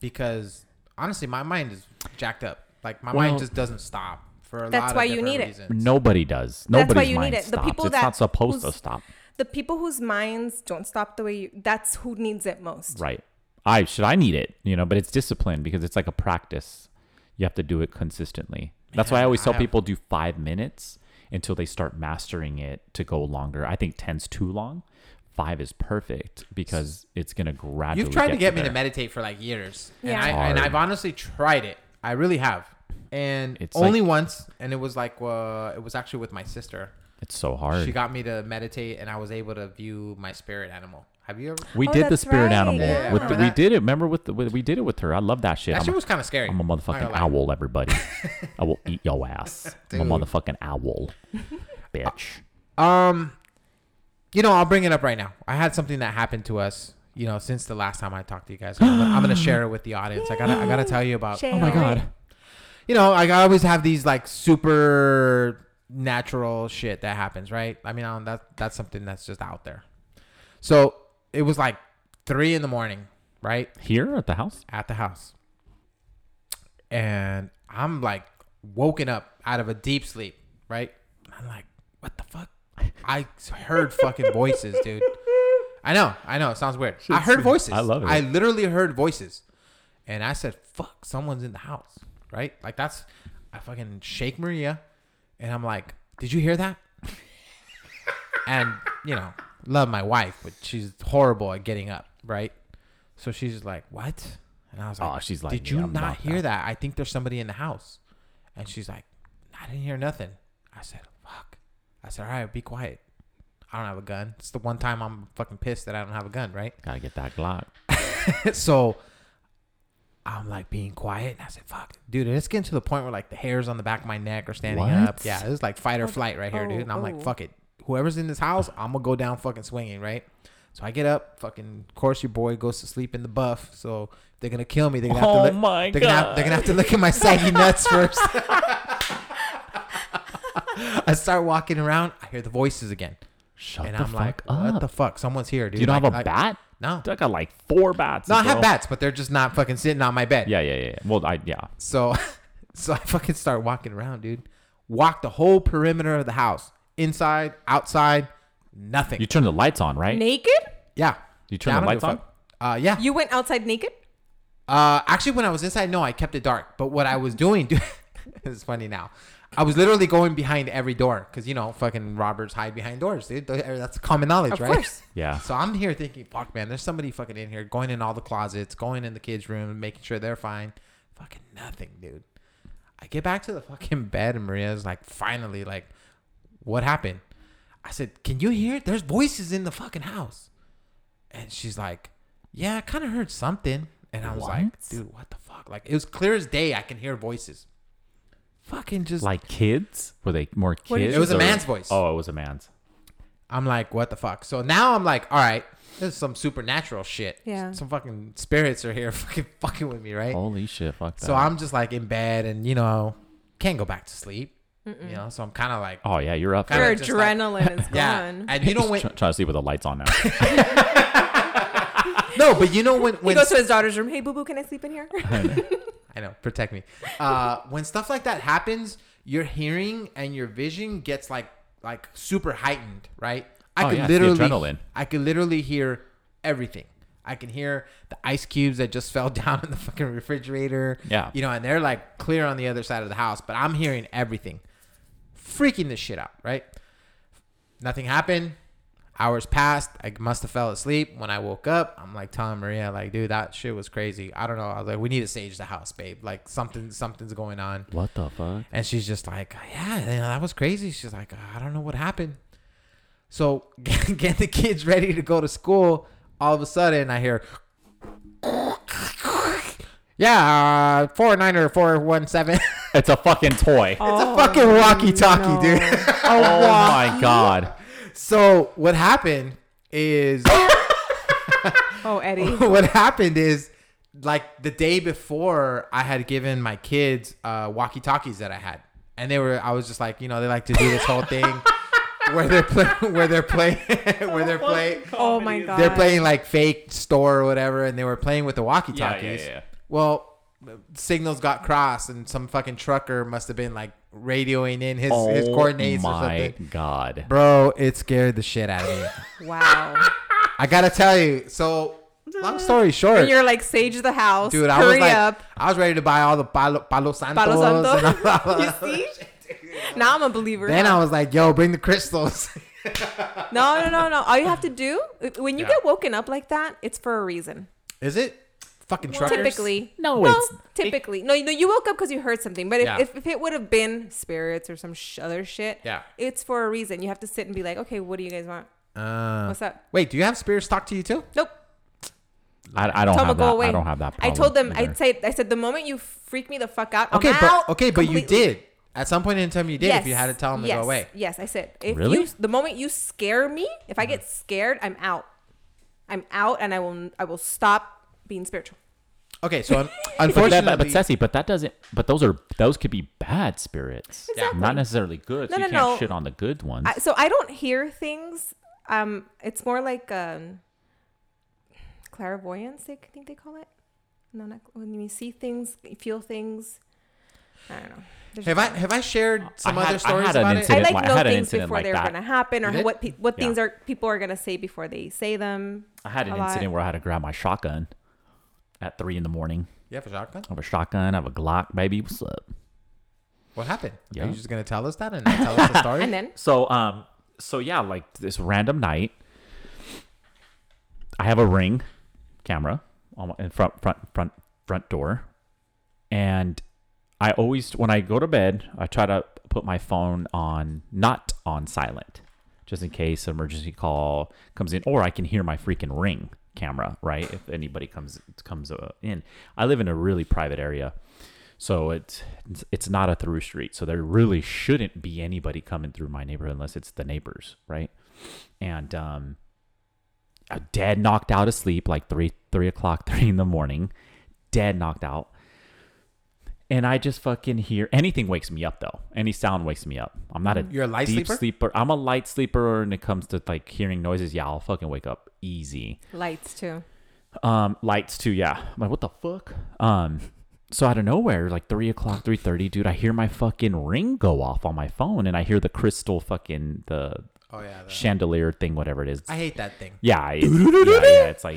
A: because honestly, my mind is jacked up. Like my
C: Well-
A: mind just doesn't stop for a
D: That's
A: lot
D: why
A: of
D: you
A: different
D: need it.
A: reasons.
C: Nobody does. Nobody's
D: why you need
C: mind
D: it. The
C: stops.
D: people
C: it's
D: that-
C: not supposed to
D: who's-
C: stop.
D: The people whose minds don't stop the way you, that's who needs it most.
C: Right. I should I need it, you know, but it's discipline because it's like a practice. You have to do it consistently. That's why I always
A: I
C: tell
A: have-
C: people do five minutes until they start mastering it to go longer. I think ten's too long. Five is perfect because it's gonna gradually.
A: You've tried to get me to
C: there.
A: meditate for like years,
D: Yeah.
A: and, I,
C: Hard.
A: and I've honestly tried it. I really have, and
C: It's
A: only once, and it was like uh, it was actually with my sister.
C: It's so hard.
A: She got me to meditate, and I was able to view my spirit animal. Have you ever?
C: we
D: Oh,
C: did the
D: that's
C: spirit
D: right,
C: animal.
A: yeah.
C: With the,
A: Remember
C: we
A: that?
C: did it. Remember with, the, with we did it with her. I love that shit.
A: That
C: I'm
A: shit
C: a-
A: was kind of scary.
C: I'm a
A: not gonna
C: motherfucking
A: lie.
C: owl, everybody. I will eat your ass. I'm a motherfucking owl, bitch.
A: Um, you know, I'll bring it up right now. I had something that happened to us. You know, since the last time I talked to you guys, I'm gonna, I'm gonna share it with the audience. I gotta, I gotta tell you about.
D: Share.
C: Oh my god.
A: You know, like, I always have these like super natural shit that happens, right? I mean, I don't, that that's something that's just out there. So it was like three in the morning, right,
C: Here at the house.
A: at the house, and I'm like woken up out of a deep sleep, right? I'm like, what the fuck? I heard fucking voices, dude. I know, I know. It sounds weird. I heard voices.
C: I love it.
A: I literally heard voices, and I said, "Fuck, someone's in the house." Right? Like that's. I fucking shake Maria, and I'm like, "Did you hear that?" and you know, love my wife, but she's horrible at getting up. Right? So she's just like, "What?" And I was like,
C: Oh, she's like
A: "Did
C: me.
A: you
C: I'm
A: not
C: knocked
A: hear
C: out."
A: that? I think there's somebody in the house." And she's like, "I didn't hear nothing." I said, "Fuck." I said, "All right, be quiet." I don't have a gun. It's the one time I'm fucking pissed that I don't have a gun, right?
C: Gotta get that Glock.
A: so I'm like being quiet, and I said, "Fuck, dude!" And it's getting to the point where like the hairs on the back of my neck are standing up.
C: What?
A: Yeah, it was like fight or flight right here,
D: oh,
A: dude. And I'm
D: oh.
A: like, "Fuck it, whoever's in this house, I'm gonna go down fucking swinging, right?" So I get up, fucking. Of course, your boy goes to sleep in the buff, so they're gonna kill me. They're gonna have
C: Oh
A: to look,
C: my
A: they're gonna have,
C: God.
A: they're gonna have to look at my saggy nuts first. I start walking around. I hear the voices again,
C: Shut
A: and
C: the
A: I'm
C: fuck
A: like,
C: up.
A: "What the fuck? Someone's here, dude."
C: you don't
A: Like-
C: have a
A: like-
C: bat?
A: No.
C: I got like four bats.
A: No, I
C: bro.
A: have bats, but they're just not fucking sitting on my bed.
C: Yeah, yeah, yeah. yeah. Well, I yeah.
A: So, so I fucking start walking around, dude. Walk the whole perimeter of the house, inside, outside, nothing.
C: You turn the lights on, right?
D: Naked?
A: yeah.
C: You turn
A: Yeah, I
C: the
A: don't
C: lights
A: give a fuck. Uh, yeah.
D: You went outside naked?
A: Uh, actually, when I was inside, no, I kept it dark. But what I was doing, dude, it's funny now. I was literally going behind every door because you know fucking robbers hide behind doors, dude. That's common knowledge,
D: Of
A: right?
D: course.
C: Yeah.
A: So I'm here thinking, fuck, man, there's somebody fucking in here going in all the closets, going in the kids' room, making sure they're fine. Fucking nothing, dude. I get back to the fucking bed and Maria's like, finally, like, what happened? I said, can you hear? it? There's voices in the fucking house. And she's like, yeah, I kind of heard something. And I was like,
C: What?
A: dude, what the fuck? Like, it was clear as day. I can hear voices. Fucking just
C: Like kids? Were they more
D: What did
C: kids?
D: you- It
A: was a
C: or-
A: man's voice.
C: Oh, it was a man's.
A: I'm like, what the fuck? So now I'm like, all right, this is some supernatural shit.
D: Yeah.
A: Some fucking spirits are here fucking fucking with me, right?
C: Holy shit! Fuck that.
A: so I'm just like in bed and, you know, can't go back to sleep. You know, so I'm kind of like,
C: Oh yeah, you're up.
A: Kinda
D: Your
A: just like-
D: adrenaline is gone.
A: yeah. And you know
C: He's
A: when,
C: try- trying to sleep with the lights on now.
A: no, but you know when,
D: he
A: when,
D: goes to his daughter's room. Hey, boo boo, can I sleep in here?
A: I know, protect me. Uh, when stuff like that happens, your hearing and your vision gets like, like super heightened, right? I
C: Oh,
A: could
C: yeah, it's the
A: literally,
C: adrenaline.
A: I could literally hear everything. I can hear the ice cubes that just fell down in the fucking refrigerator.
C: Yeah.
A: You know, and they're like clear on the other side of the house, but I'm hearing everything. Freaking this shit out, right? Nothing happened. Hours passed. I must have fell asleep. When I woke up, I'm like telling Maria, like, dude, that shit was crazy. I don't know. I was like, we need to sage the house, babe. Like something something's going on.
C: what the fuck?
A: And she's just like, yeah, you know, that was crazy. She's like, "Uh, I don't know what happened. So get the kids ready to go to school. All of a sudden, I hear, yeah, uh, four nine or four one seven.
C: It's a fucking toy. Oh,
A: it's a fucking walkie-talkie, dude.
C: my god.
A: so what happened is,
D: oh, Eddie.
A: what happened is, like the day before, I had given my kids uh, walkie-talkies that I had, and they were, I was just like, you know, they like to do this whole thing where they're play, where they're playing, where they're playing.
D: Oh my god.
A: they're playing like fake store or whatever, and they were playing with the walkie talkies.
C: Yeah, yeah, yeah.
A: Well, signals got crossed, and some fucking trucker must have been like radioing in his,
C: Oh
A: his coordinates or
C: my
A: something.
C: god.
A: Bro, it scared the shit out of me.
D: Wow.
A: I gotta tell you. So, long story short,
D: and you're like sage the house.
A: dude, I was
D: hurry
A: like,
D: up.
A: I was ready to buy all the palo, palo santos.
D: Palo
A: and all
D: Santo.
A: that.
D: you see? Now I'm a believer.
A: Then
D: huh?
A: I was like, "Yo, bring the crystals."
D: No, no, no, no. All you have to do when you get woken up like that, it's for a reason.
A: Is it fucking truckers?
D: Typically,
C: No,
D: no.
C: it's-
D: Typically, no, you know, you woke up because you heard something. But if,
A: Yeah.
D: if, if it would have been spirits or some sh- other shit,
A: Yeah.
D: it's for a reason. You have to sit and be like, okay, what do you guys want?
A: Uh,
D: What's up?
A: wait, do you have spirits talk to you too?
D: Nope.
C: I, I don't
D: Tell them
C: have
D: to go
C: that.
D: away.
C: I don't have that.
D: I
C: Problem
D: told them.
C: either.
D: I said. I said the moment you freak me the fuck out.
A: Okay,
D: I'm
A: but
D: out
A: okay, but you
D: completely."
A: did. At some point in time, you did. If you had to tell them
D: yes,
A: to go away,
D: Yes, I said. If
C: Really? Mm-hmm.
D: You, the moment you scare me, if I get scared, I'm out. I'm out, and I will. I will stop being spiritual.
A: okay. So un-
C: But, that,
A: unfortunately,
C: but, but Ceci, but that doesn't. But those are those could be bad spirits,
D: Exactly.
C: not necessarily good.
D: No,
C: so you
D: no,
C: can't
D: no.
C: shit on the good ones.
D: I, so I don't hear things. Um, it's more like um, clairvoyance. They, I think they call it. No, not when you see things, you feel things. I don't know. There's-
A: have I have I shared some
C: I had-
A: other stories
C: I had an
A: about it?
D: I
C: incident
D: like
C: like- I
D: know
C: had an
D: things
C: incident
D: before
C: like
D: they're
C: that.
D: gonna happen, or
A: You did?
D: what pe- what
C: Yeah.
D: things are people are gonna say before they say them.
C: I had an
D: a lot.
C: incident where I had to grab my shotgun at three in the morning.
A: You have a shotgun.
C: I have a shotgun. I have a Glock, baby. What's up?
A: What happened?
C: Yeah.
A: Are you just gonna tell us that and not tell us the story?
D: And then
C: So um so yeah, like this random night I have a ring camera on my, in front front front front door and I always when I go to bed, I try to put my phone on not on silent just in case an emergency call comes in or I can hear my freaking ring camera, right? If anybody comes comes uh, in. I live in a really private area. So it's it's- it's not a through street. So there really shouldn't be anybody coming through my neighborhood unless it's the neighbors, right? And um, I'm dead knocked out of sleep, like three three o'clock, three in the morning, dead knocked out. And I just fucking hear anything wakes me up though. Any sound wakes me up. I'm not a
A: You're a light
C: deep
A: sleeper?
C: I'm a light sleeper when it comes to like hearing noises. Yeah, I'll fucking wake up easy.
D: lights too.
C: Um, lights too. Yeah. I'm like, what the fuck? Um, so out of nowhere, like three o'clock, three thirty, dude, I hear my fucking ring go off on my phone, and I hear the crystal fucking the
A: oh yeah. the-
C: chandelier thing, whatever it is.
A: I hate that thing.
C: yeah, it's, yeah, yeah, it's like,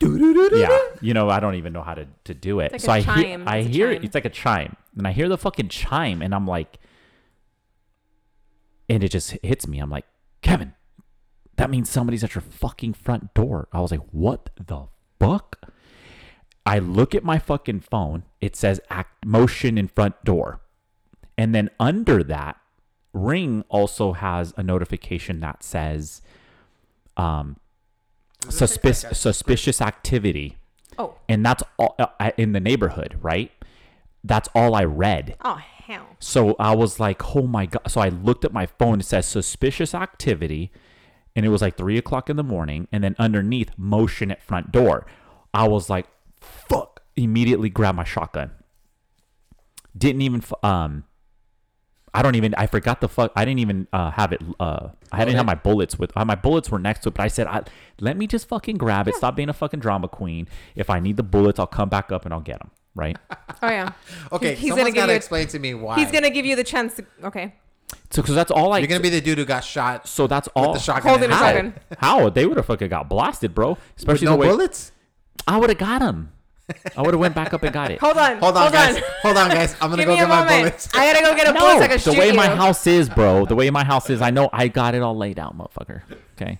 C: yeah, you know, I don't even know how to, to do it.
D: It's
C: so I
D: like a
C: hear,
D: chime.
C: I
D: It's a
C: hear it.
D: chime.
C: It's like a chime, and I hear the fucking chime, and I'm like, and it just hits me. I'm like, Kevin, that means somebody's at your fucking front door. I was like, what the fuck? I look at my fucking phone. It says act motion in front door. And then under that, Ring also has a notification that says um, suspicious suspicious activity.
D: Oh,
C: And that's all uh, I- in the neighborhood, right? That's all I read.
D: oh hell.
C: So I was like, oh my God. So I looked at my phone. It says suspicious activity. And it was like three o'clock in the morning. And then underneath, motion at front door. I was like, fuck. Immediately grabbed my shotgun. Didn't even, f- um, I don't even, I forgot the fuck. I didn't even uh, have it. Uh, I didn't have my bullets with, uh, my bullets were next to it. But I said, I, let me just fucking grab it. Stop being a fucking drama queen. If I need the bullets, I'll come back up and I'll get them. Right.
D: Oh yeah.
A: Okay,
D: He- he's
A: someone's
D: gonna give
A: gotta
D: you.
A: explain to me why.
D: he's gonna give you the chance. To, okay.
C: So, cause that's all I,
A: You're gonna be the dude who got shot
C: so that's all.
A: with the shotgun.
D: Holding
A: in
D: Oh, a
A: his
C: How?
A: hand.
D: shotgun.
C: How? They would have fucking got blasted, bro.
A: With
C: Especially
A: no
C: the way
A: bullets.
C: I would have got him. I would have went back up and got it.
D: Hold on.
A: Hold on, guys. Hold on, guys. I'm gonna
D: Give
A: go
D: me a
A: get my
D: moment.
A: bullets.
D: I gotta go get a bullet so I
C: No,
D: can
C: the
D: shoot
C: way
D: you.
C: my house is, bro. The way my house is, I know I got it all laid out, motherfucker. Okay.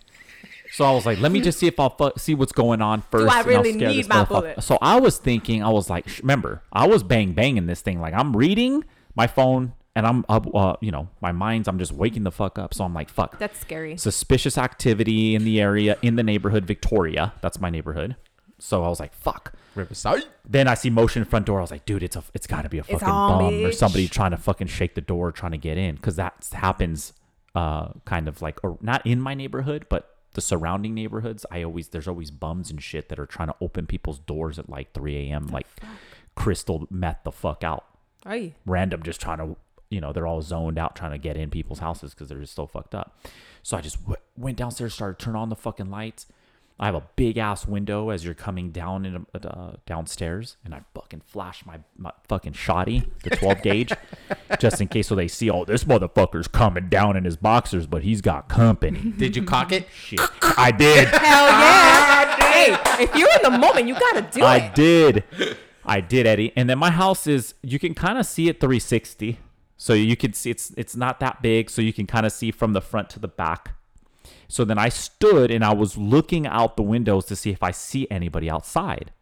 C: So I was like, let me just see if I'll fu- see what's going on first.
D: I
C: and I'll
D: really
C: scare
D: need
C: this
D: my
C: motherfucker.
D: bullet?
C: So I was thinking, I was like, sh- remember, I was bang banging this thing. Like I'm reading my phone, and I'm up, uh, you know, my mind's, I'm just waking the fuck up. So I'm like, fuck.
D: That's scary.
C: suspicious activity in the area in the neighborhood Victoria. That's my neighborhood. So I was like, fuck.
A: Riverside.
C: Then I see motion front door. I was like, dude, it's a, it's got to be a fucking
D: on,
C: bum or
D: bitch.
C: somebody trying to fucking shake the door trying to get in because that happens, uh, kind of like or not in my neighborhood, but the surrounding neighborhoods. I always there's always bums and shit that are trying to open people's doors at like 3 a.m. Like crystal meth the fuck out
D: Ay.
C: random just trying to you know they're all zoned out trying to get in people's houses because they're just so fucked up so i just w- went downstairs started to turn on the fucking lights i have a big ass window as you're coming down in uh, downstairs and i fucking flash my, my fucking shoddy the 12 gauge just in case so they see oh this motherfucker's coming down in his boxers but he's got company
A: Did you cock it?
C: shit i did
D: Hell yeah. hey, if you're in the moment, you gotta do
C: I
D: it.
C: did. I did, Eddie. And then my house is you can kind of see it 360. So you can see it's it's not that big, so you can kind of see from the front to the back. So then I stood and I was looking out the windows to see if I see anybody outside.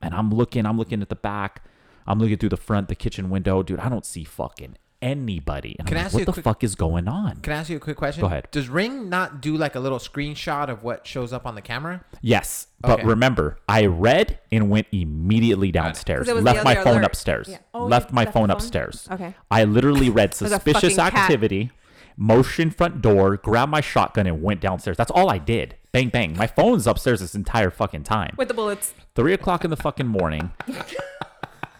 C: And I'm looking, I'm looking at the back, I'm looking through the front, the kitchen window, dude. I don't see fucking anybody. And
A: Can I
C: I'm like,
A: ask you
C: what
A: a
C: the
A: quick-
C: fuck is going on?
A: Can I ask you a quick question?
C: Go ahead.
A: Does Ring not do like a little screenshot of what shows up on the camera?
C: Yes, but
A: Okay.
C: remember, I read and went immediately downstairs.
D: 'Cause it was the
C: Left my
D: other
C: phone
D: alert.
C: upstairs.
D: Yeah. Oh, you
C: left my
D: left the
C: phone,
D: phone?
C: upstairs.
D: Okay.
C: I literally read
D: a
C: suspicious
D: fucking cat.
C: activity, motion front door, grabbed my shotgun and went downstairs. That's all I did. Bang bang. My phone's upstairs this entire fucking time.
D: With the bullets.
C: Three o'clock in the fucking morning.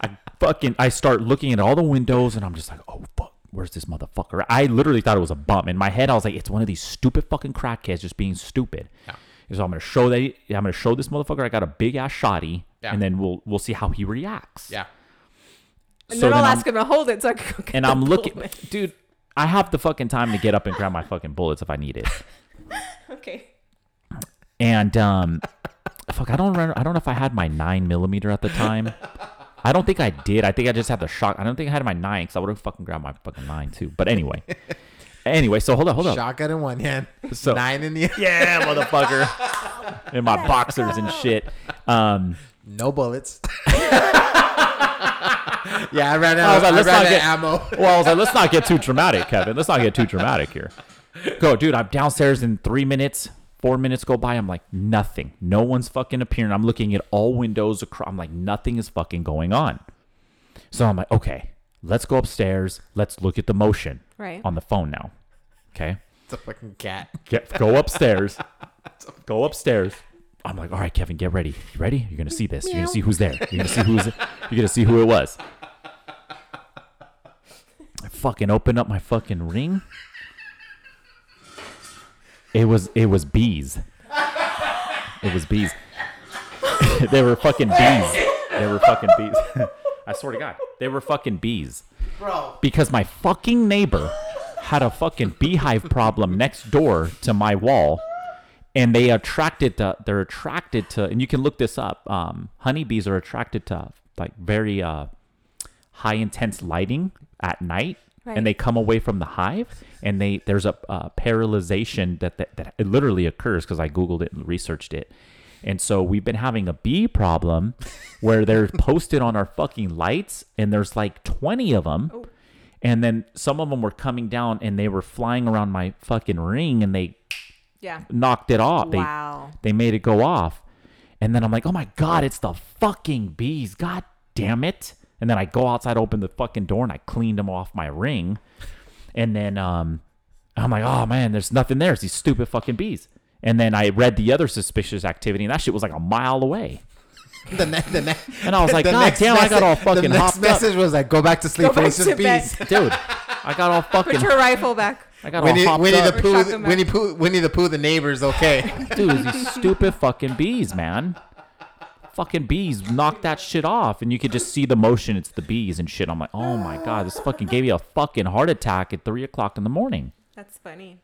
C: I fucking I start looking at all the windows and I'm just like, oh fuck, where's this motherfucker? I literally thought it was a bum. In my head, I was like, it's one of these stupid fucking crackheads just being stupid. And So I'm gonna show that I'm gonna show this motherfucker I got a big ass shoddy,
A: Yeah.
C: and then we'll we'll see how he reacts.
D: And
C: So
D: then
C: then
D: I'll
C: I'm-
D: ask him to hold it so I can go get
C: And
D: the
C: I'm looking,
D: bullet.
C: dude. I have the fucking time to get up and grab my fucking bullets if I need it.
D: Okay.
C: And um, fuck, I don't remember. I don't know if I had my nine millimeter at the time. I don't think I did. I think I just had the shock. I don't think I had my nine because I would have fucking grabbed my fucking nine too. But anyway, anyway. So hold on, hold on.
A: Shotgun in one hand,
C: So-
A: nine in the other.
C: Yeah, motherfucker. In my boxers and shit. Um,
A: No bullets. yeah, I ran out.
C: I was like,
A: I
C: let's
A: ran out
C: not
A: of
C: get
A: ammo.
C: Well, I was like, let's not get too dramatic, Kevin. Let's not get too dramatic here. Go, dude. I'm downstairs in three minutes. Four minutes go by. I'm like, nothing. No one's fucking appearing. I'm looking at all windows across. I'm like, nothing is fucking going on. So I'm like, okay, let's go upstairs. Let's look at the motion
D: Right.
C: on the phone now. Okay.
A: It's a fucking cat.
C: Get, go upstairs. go upstairs. I'm like, all right, Kevin, get ready. You ready? You're gonna see this. You're gonna see who's there. You're gonna see who's. You're gonna see who it was. I fucking open up my fucking ring. It was it was bees. It was bees. they were fucking bees. They were fucking bees. I swear to God, they were fucking bees. Bro. Because my fucking neighbor had a fucking beehive problem next door to my wall, and they attracted to they're attracted to, and you can look this up. Um, honeybees are attracted to like very uh, high intense lighting at night.
D: Right.
C: and they come away from the hive and they there's a uh, paralyzation that, that that it literally occurs because I googled it and researched it. And so we've been having a bee problem where they're posted on our fucking lights and there's like 20 of them. And then some of them were coming down and they were flying around my fucking ring and they
D: yeah.
C: knocked it off. They
D: Wow.
C: they made it go off. And then I'm like, oh my God, it's the fucking bees. God damn it. And then I go outside, open the fucking door, and I cleaned them off my ring. And then um, I'm like, oh man, there's nothing there. It's these stupid fucking bees. And then I read the other suspicious activity, and that shit was like a mile away.
A: The ne- the ne-
C: And I was like,
A: the
C: God
A: next
C: damn, I got all
A: message-
C: fucking
A: The next
C: hopped up.
A: message was like, go back to sleep.
D: Go back
A: it's just
D: to bed.
A: bees.
C: Dude, I got all
D: Put
C: fucking,
D: your rifle back.
C: I got
A: Winnie,
C: all hopped
A: Winnie
C: up.
A: the
D: We're
A: Pooh,
D: talking about-
A: Winnie Pooh, Winnie the Pooh, the neighbor's okay.
C: dude, it's these stupid fucking bees, man. Fucking bees knock that shit off, and you could just see the motion. It's the bees and shit. I'm like, oh my god, this fucking gave me a fucking heart attack at three o'clock in the morning.
D: That's funny.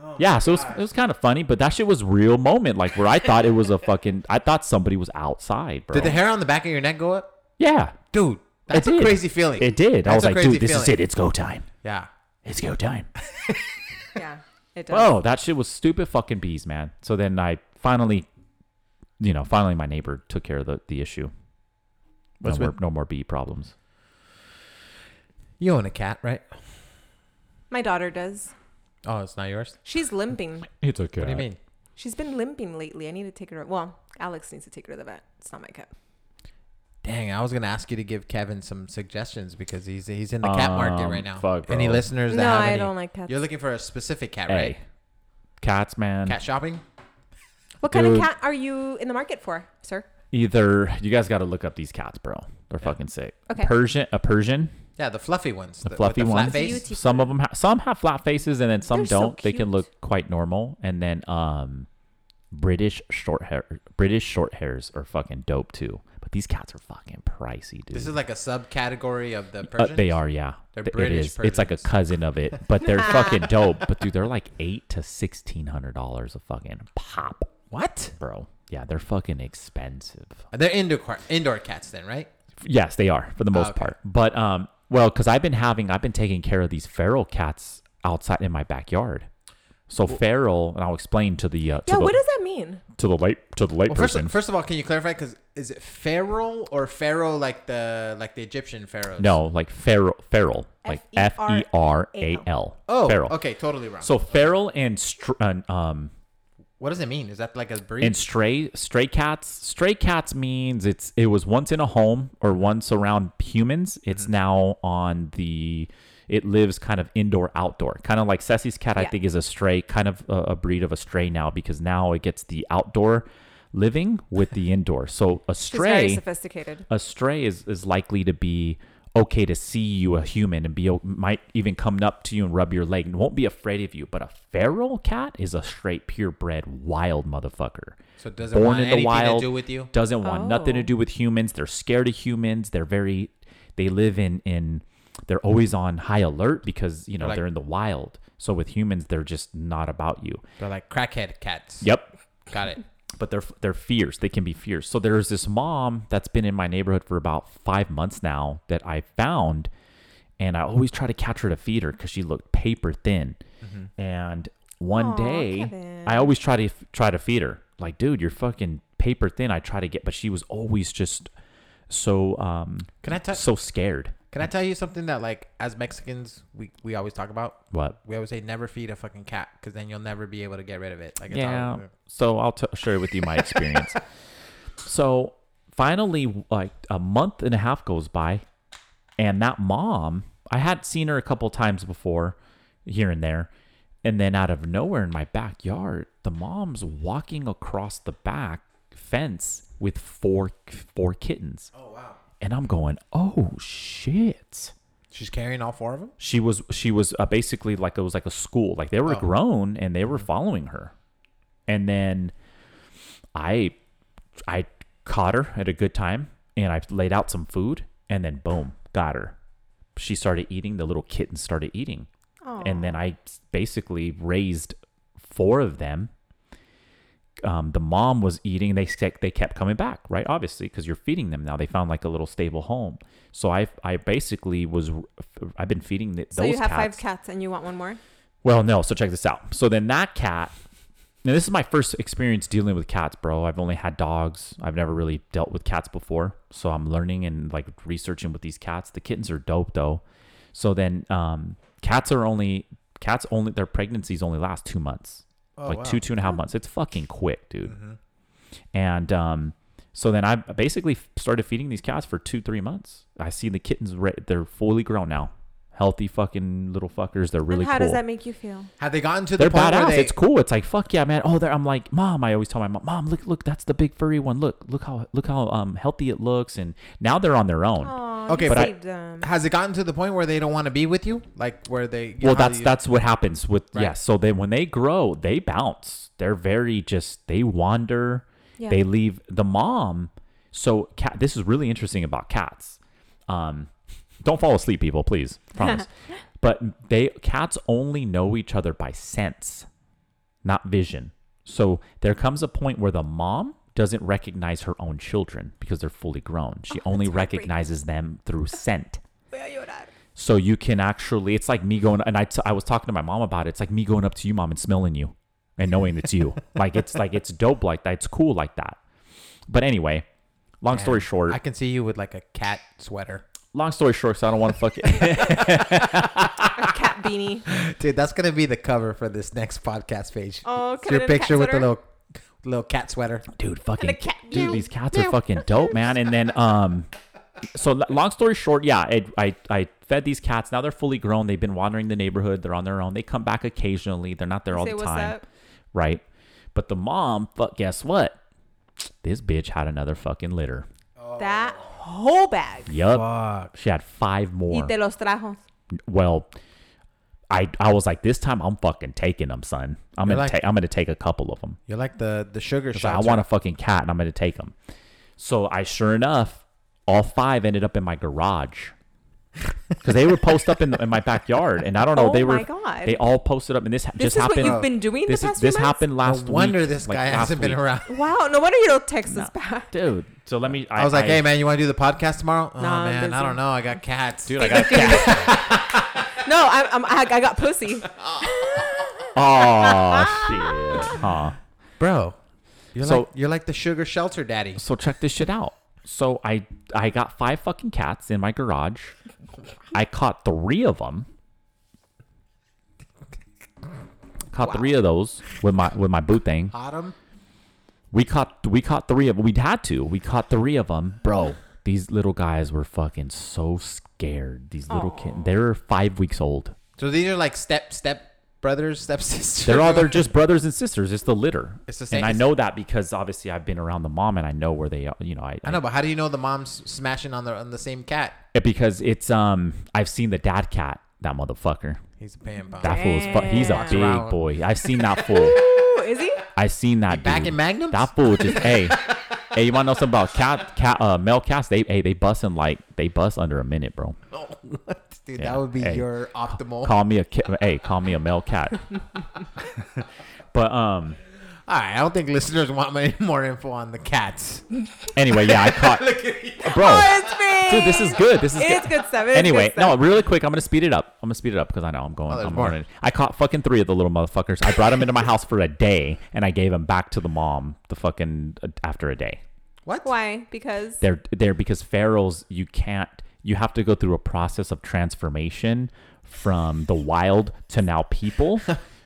A: Oh
C: yeah, so it was, it was kind of funny, but that shit was real moment, like where I thought it was a fucking, I thought somebody was outside, bro.
A: Did the hair on the back of your neck go up?
C: yeah,
A: Dude, that's
C: it
A: a
C: did.
A: crazy feeling.
C: It did. I
A: That's
C: was
A: a
C: like,
A: crazy
C: dude, this is
A: feeling.
C: it. It's go time.
A: Yeah.
C: It's go time.
D: Yeah. It does.
C: Whoa, that shit was stupid fucking bees, man. So then I finally, you know, finally my neighbor took care of the, the issue. No
A: What's
C: more,
A: with-
C: no more bee problems.
A: You own a cat, right?
D: My daughter does.
A: Oh, it's not yours?
D: She's limping.
C: It's okay.
A: What do you mean?
D: She's been limping lately. I need to take her. Well, Alex needs to take her to the vet. It's not my cat.
A: Dang, I was gonna ask you to give Kevin some suggestions because he's he's in the cat market right
C: Um,
A: now.
C: fuck,
A: Any
C: bro.
A: listeners that
D: No,
A: have
D: I
A: any-
D: don't like cats.
A: You're looking for a specific cat,
C: Hey,
A: right?
C: cats, man.
A: Cat shopping?
D: What kind of
C: Dude.
D: cat are you in the market for, sir?
C: Either you guys got to look up these cats, bro. They're fucking sick.
D: Okay.
C: Persian, a Persian,
A: Yeah, the fluffy ones.
C: the
A: with
C: fluffy
A: flat
C: ones.
A: face.
D: Beautiful.
C: Some of them, ha- some have flat faces, and then some
D: They're so
C: don't. they can
D: cute.
C: look quite normal. And then, um, British short hair, British short hairs are fucking dope too. But these cats are fucking pricey, dude.
A: This is like a subcategory of the
C: Uh,
A: Persian.
C: they are, yeah.
A: They're
C: Th- it
A: British
C: is. It's like a
A: Persians.
C: cousin of it, but they're fucking dope. But dude, they're like eight to sixteen hundred dollars a fucking pop,
A: What?
C: bro. Yeah, they're fucking expensive.
A: They're indoor car- indoor cats then, right?
C: Yes, they are for the most
A: okay.
C: part. But um, well, because I've been having, I've been taking care of these feral cats outside in my backyard. So feral, and I'll explain to the uh, to
D: yeah,
C: the
D: what does that mean?
C: to the late to the late
A: Well, first,
C: person.
A: first of all, can you clarify? Because is it feral or pharaoh like the like the Egyptian pharaohs?
C: no, like feral, feral, like F E R A L.
A: Oh,
C: feral.
A: okay, totally wrong.
C: So feral and str- and, um
A: what does it mean? Is that like a breed?
C: And stray stray cats stray cats means it's it was once in a home or once around humans. It's
D: Mm-hmm.
C: now on the it lives kind of indoor outdoor. Kind of like Ceci's cat I
D: Yeah.
C: think is a stray kind of a, a breed of a stray now because now it gets the outdoor living with the indoor. So a
D: She's very
C: stray
D: sophisticated.
C: a stray is is likely to be okay to see you a human and be o- might even come up to you and rub your leg and won't be afraid of you but a feral cat is a straight purebred wild motherfucker
A: So it doesn't want anything to do with you?
C: doesn't want nothing to
D: Oh.
C: do with humans they're scared of humans they're very they live in in they're always on high alert because you know
A: Like-
C: they're in the wild so with humans they're just not about you
A: They're like crackhead cats.
C: yep
A: Got it.
C: but they're they're fierce. They can be fierce. So there's this mom that's been in my neighborhood for about five months now that I found, and I always try to catch her to feed her because she looked paper thin.
A: Mm-hmm.
C: And one
D: Aw,
C: day,
D: Kevin.
C: I always try to try to feed her. Like, dude, you're fucking paper thin. I try to get, but she was always just so um
A: Can I tell
C: so scared.
A: Can I tell you something that like as Mexicans we we always talk about?
C: What?
A: We always say never feed a fucking cat because then you'll never be able to get rid of it. Like it's
C: yeah.
A: always-
C: So I'll t- share with you my experience. so finally, like a month and a half goes by, and that mom, I had seen her a couple times before, here and there, and then out of nowhere in my backyard, the mom's walking across the back fence with four four kittens. Oh wow! And I'm going, oh shit
A: She's carrying all four of them.
C: she was she was uh, basically like it was like a school like they were grown and they were following her and then i i caught her at a good time and i laid out some food and then boom got her she started eating the little kittens started eating and then i s- basically raised four of them um, the mom was eating. They kept, they kept coming back, right? Obviously, because you're feeding them now. They found like a little stable home. So I I basically was I've been feeding th-
D: So
C: those
D: you have
C: cats.
D: five cats and you want one more?
C: Well, no. So check this out. So then that cat. Now this is my first experience dealing with cats, bro. I've only had dogs. I've never really dealt with cats before, so I'm learning and like researching with these cats. The kittens are dope though. So then, um, cats are only cats only their pregnancies only last two months,
A: Oh,
C: like
A: wow. Mm-hmm.
C: two two and a half months. It's fucking quick, dude. And um, so then I basically f- started feeding these cats for two, three months. I see the kittens; re- they're fully grown now, healthy fucking little fuckers. They're really
D: and how
C: cool.
D: does that make you feel?
A: Have they gotten to the
C: they're
A: point where
C: badass.
A: they?
C: It's cool. It's like fuck yeah, man. Oh, they're, I'm like mom. I always tell my mom, mom, look, look, that's the big furry one. Look, look how, look how um healthy it looks. And now they're on their own.
D: Oh,
A: Okay,
D: you
A: but
C: I-
D: saved them.
A: Has it gotten to the point where they don't want to be with you? Like where they? you know
C: well
A: how
C: that's
A: you-
C: that's what happens with
A: Right.
C: yes so they when they grow they bounce they're very just they wander
D: Yeah.
C: they leave the mom so cat this is really interesting about cats um don't fall asleep people please promise but they cats only know each other by sense not vision so there comes a point where the mom doesn't recognize her own children because they're fully grown she only recognizes them through scent so you can actually, it's like me going, and I, t- I was talking to my mom about it. It's like me going up to you, mom, and smelling you and knowing it's you. like, it's like, it's dope like that. It's cool like that. But anyway, long story short,
A: I can see you with like a cat sweater,
C: long story short, so I don't want to fuck it.
D: Cat beanie.
A: dude. That's gonna be the cover for this next podcast page.
D: Oh,
A: It's
D: cat
A: your
D: in a cat
A: picture with the
D: sweater?
A: little, little cat sweater.
C: dude, fucking,
D: the cat,
C: dude,
D: meow,
C: these cats are
D: meow.
C: fucking dope, man. And then, um, so l- long story short, yeah, I, I, I fed these cats. Now they're fully grown. They've been wandering the neighborhood. They're on their own. They come back occasionally. They're not there all
D: Say
C: the
D: what's
C: time.
D: up.
C: right? But the mom, fuck, guess what? This bitch had another fucking litter.
D: That whole bag.
C: Yup.
A: Fuck.
C: She had five more.
D: Y te los trajo.
C: well, I I was like, this time I'm fucking taking them, son. I'm
A: You're
C: gonna
A: like-
C: take I'm gonna take a couple of them.
A: You're like the the sugar
C: I
A: shots.
C: want a fucking cat, and I'm gonna take them. So I, sure enough, all five ended up in my garage because they were post up in, the, in my backyard, and I don't know
D: Oh
C: they were
D: my God.
C: they all posted up, and this, ha-
D: This
C: just
D: is what
C: happened.
D: you've been doing the
C: this is-
D: past few
C: this
D: months?
C: happened
A: No
C: last
A: wonder
C: week,
A: this guy
C: like, last
A: hasn't been
C: week.
A: around.
D: Wow. No wonder you don't text us back.
C: dude. So let me.
A: I was like, hey man, you want to do the podcast tomorrow? Oh
D: Nah, I'm
A: man, I
D: busy.
A: don't know. I got cats.
C: dude, I got
D: No, I, I'm, I, I got pussy.
C: Oh shit. Huh.
A: bro. You're
C: So-
A: like you're like the sugar shelter daddy.
C: So check this shit out. So I I got five fucking cats in my garage. I caught three of them. Caught three of those with my with my boot thing.
A: Autumn.
C: We caught we caught three of we had to. We caught three of them, bro. These little guys were fucking so scared. These little kittens. They're five weeks old.
A: So these are like step step brothers, step sisters.
C: They're all they're just brothers and sisters. It's the litter.
A: It's the same-
C: And I
A: it's-
C: know that because obviously I've been around the mom and I know where they are. You know, I,
A: I know, but how do you know the mom's smashing on the on the same cat?
C: I- because it's um I've seen the dad cat that motherfucker.
A: He's a pan bomb.
C: That fool is fu- he's a
D: Damn.
C: big
A: Around.
C: boy. I've seen that fool.
D: Ooh, is he?
C: I've seen that.
A: back
C: dude.
A: in Magnums?
C: That fool just hey hey you want to know something about cat cat uh male cats? They hey they busting like they bust under a minute, bro.
A: Dude,
C: Yeah.
A: that would be
C: Hey.
A: your optimal.
C: Call me a ki- hey call me a male cat. but um
A: All right, I don't think listeners want any more info on the cats.
C: anyway yeah I caught bro.
D: Oh, it's me.
C: Dude, this is good. This is
D: It's good stuff. It's
C: anyway,
D: good
C: no,
D: stuff.
C: really quick. I'm gonna speed it up. I'm gonna speed it up because I know I'm going.
A: Oh, there's
C: I'm
A: more.
C: going. I caught fucking three of the little motherfuckers. I brought them into my house for a day, and I gave them back to the mom. The fucking uh, after a day.
A: What?
D: Why? Because
C: They're they're because ferals. You can't. You have to go through a process of transformation from the wild to now people,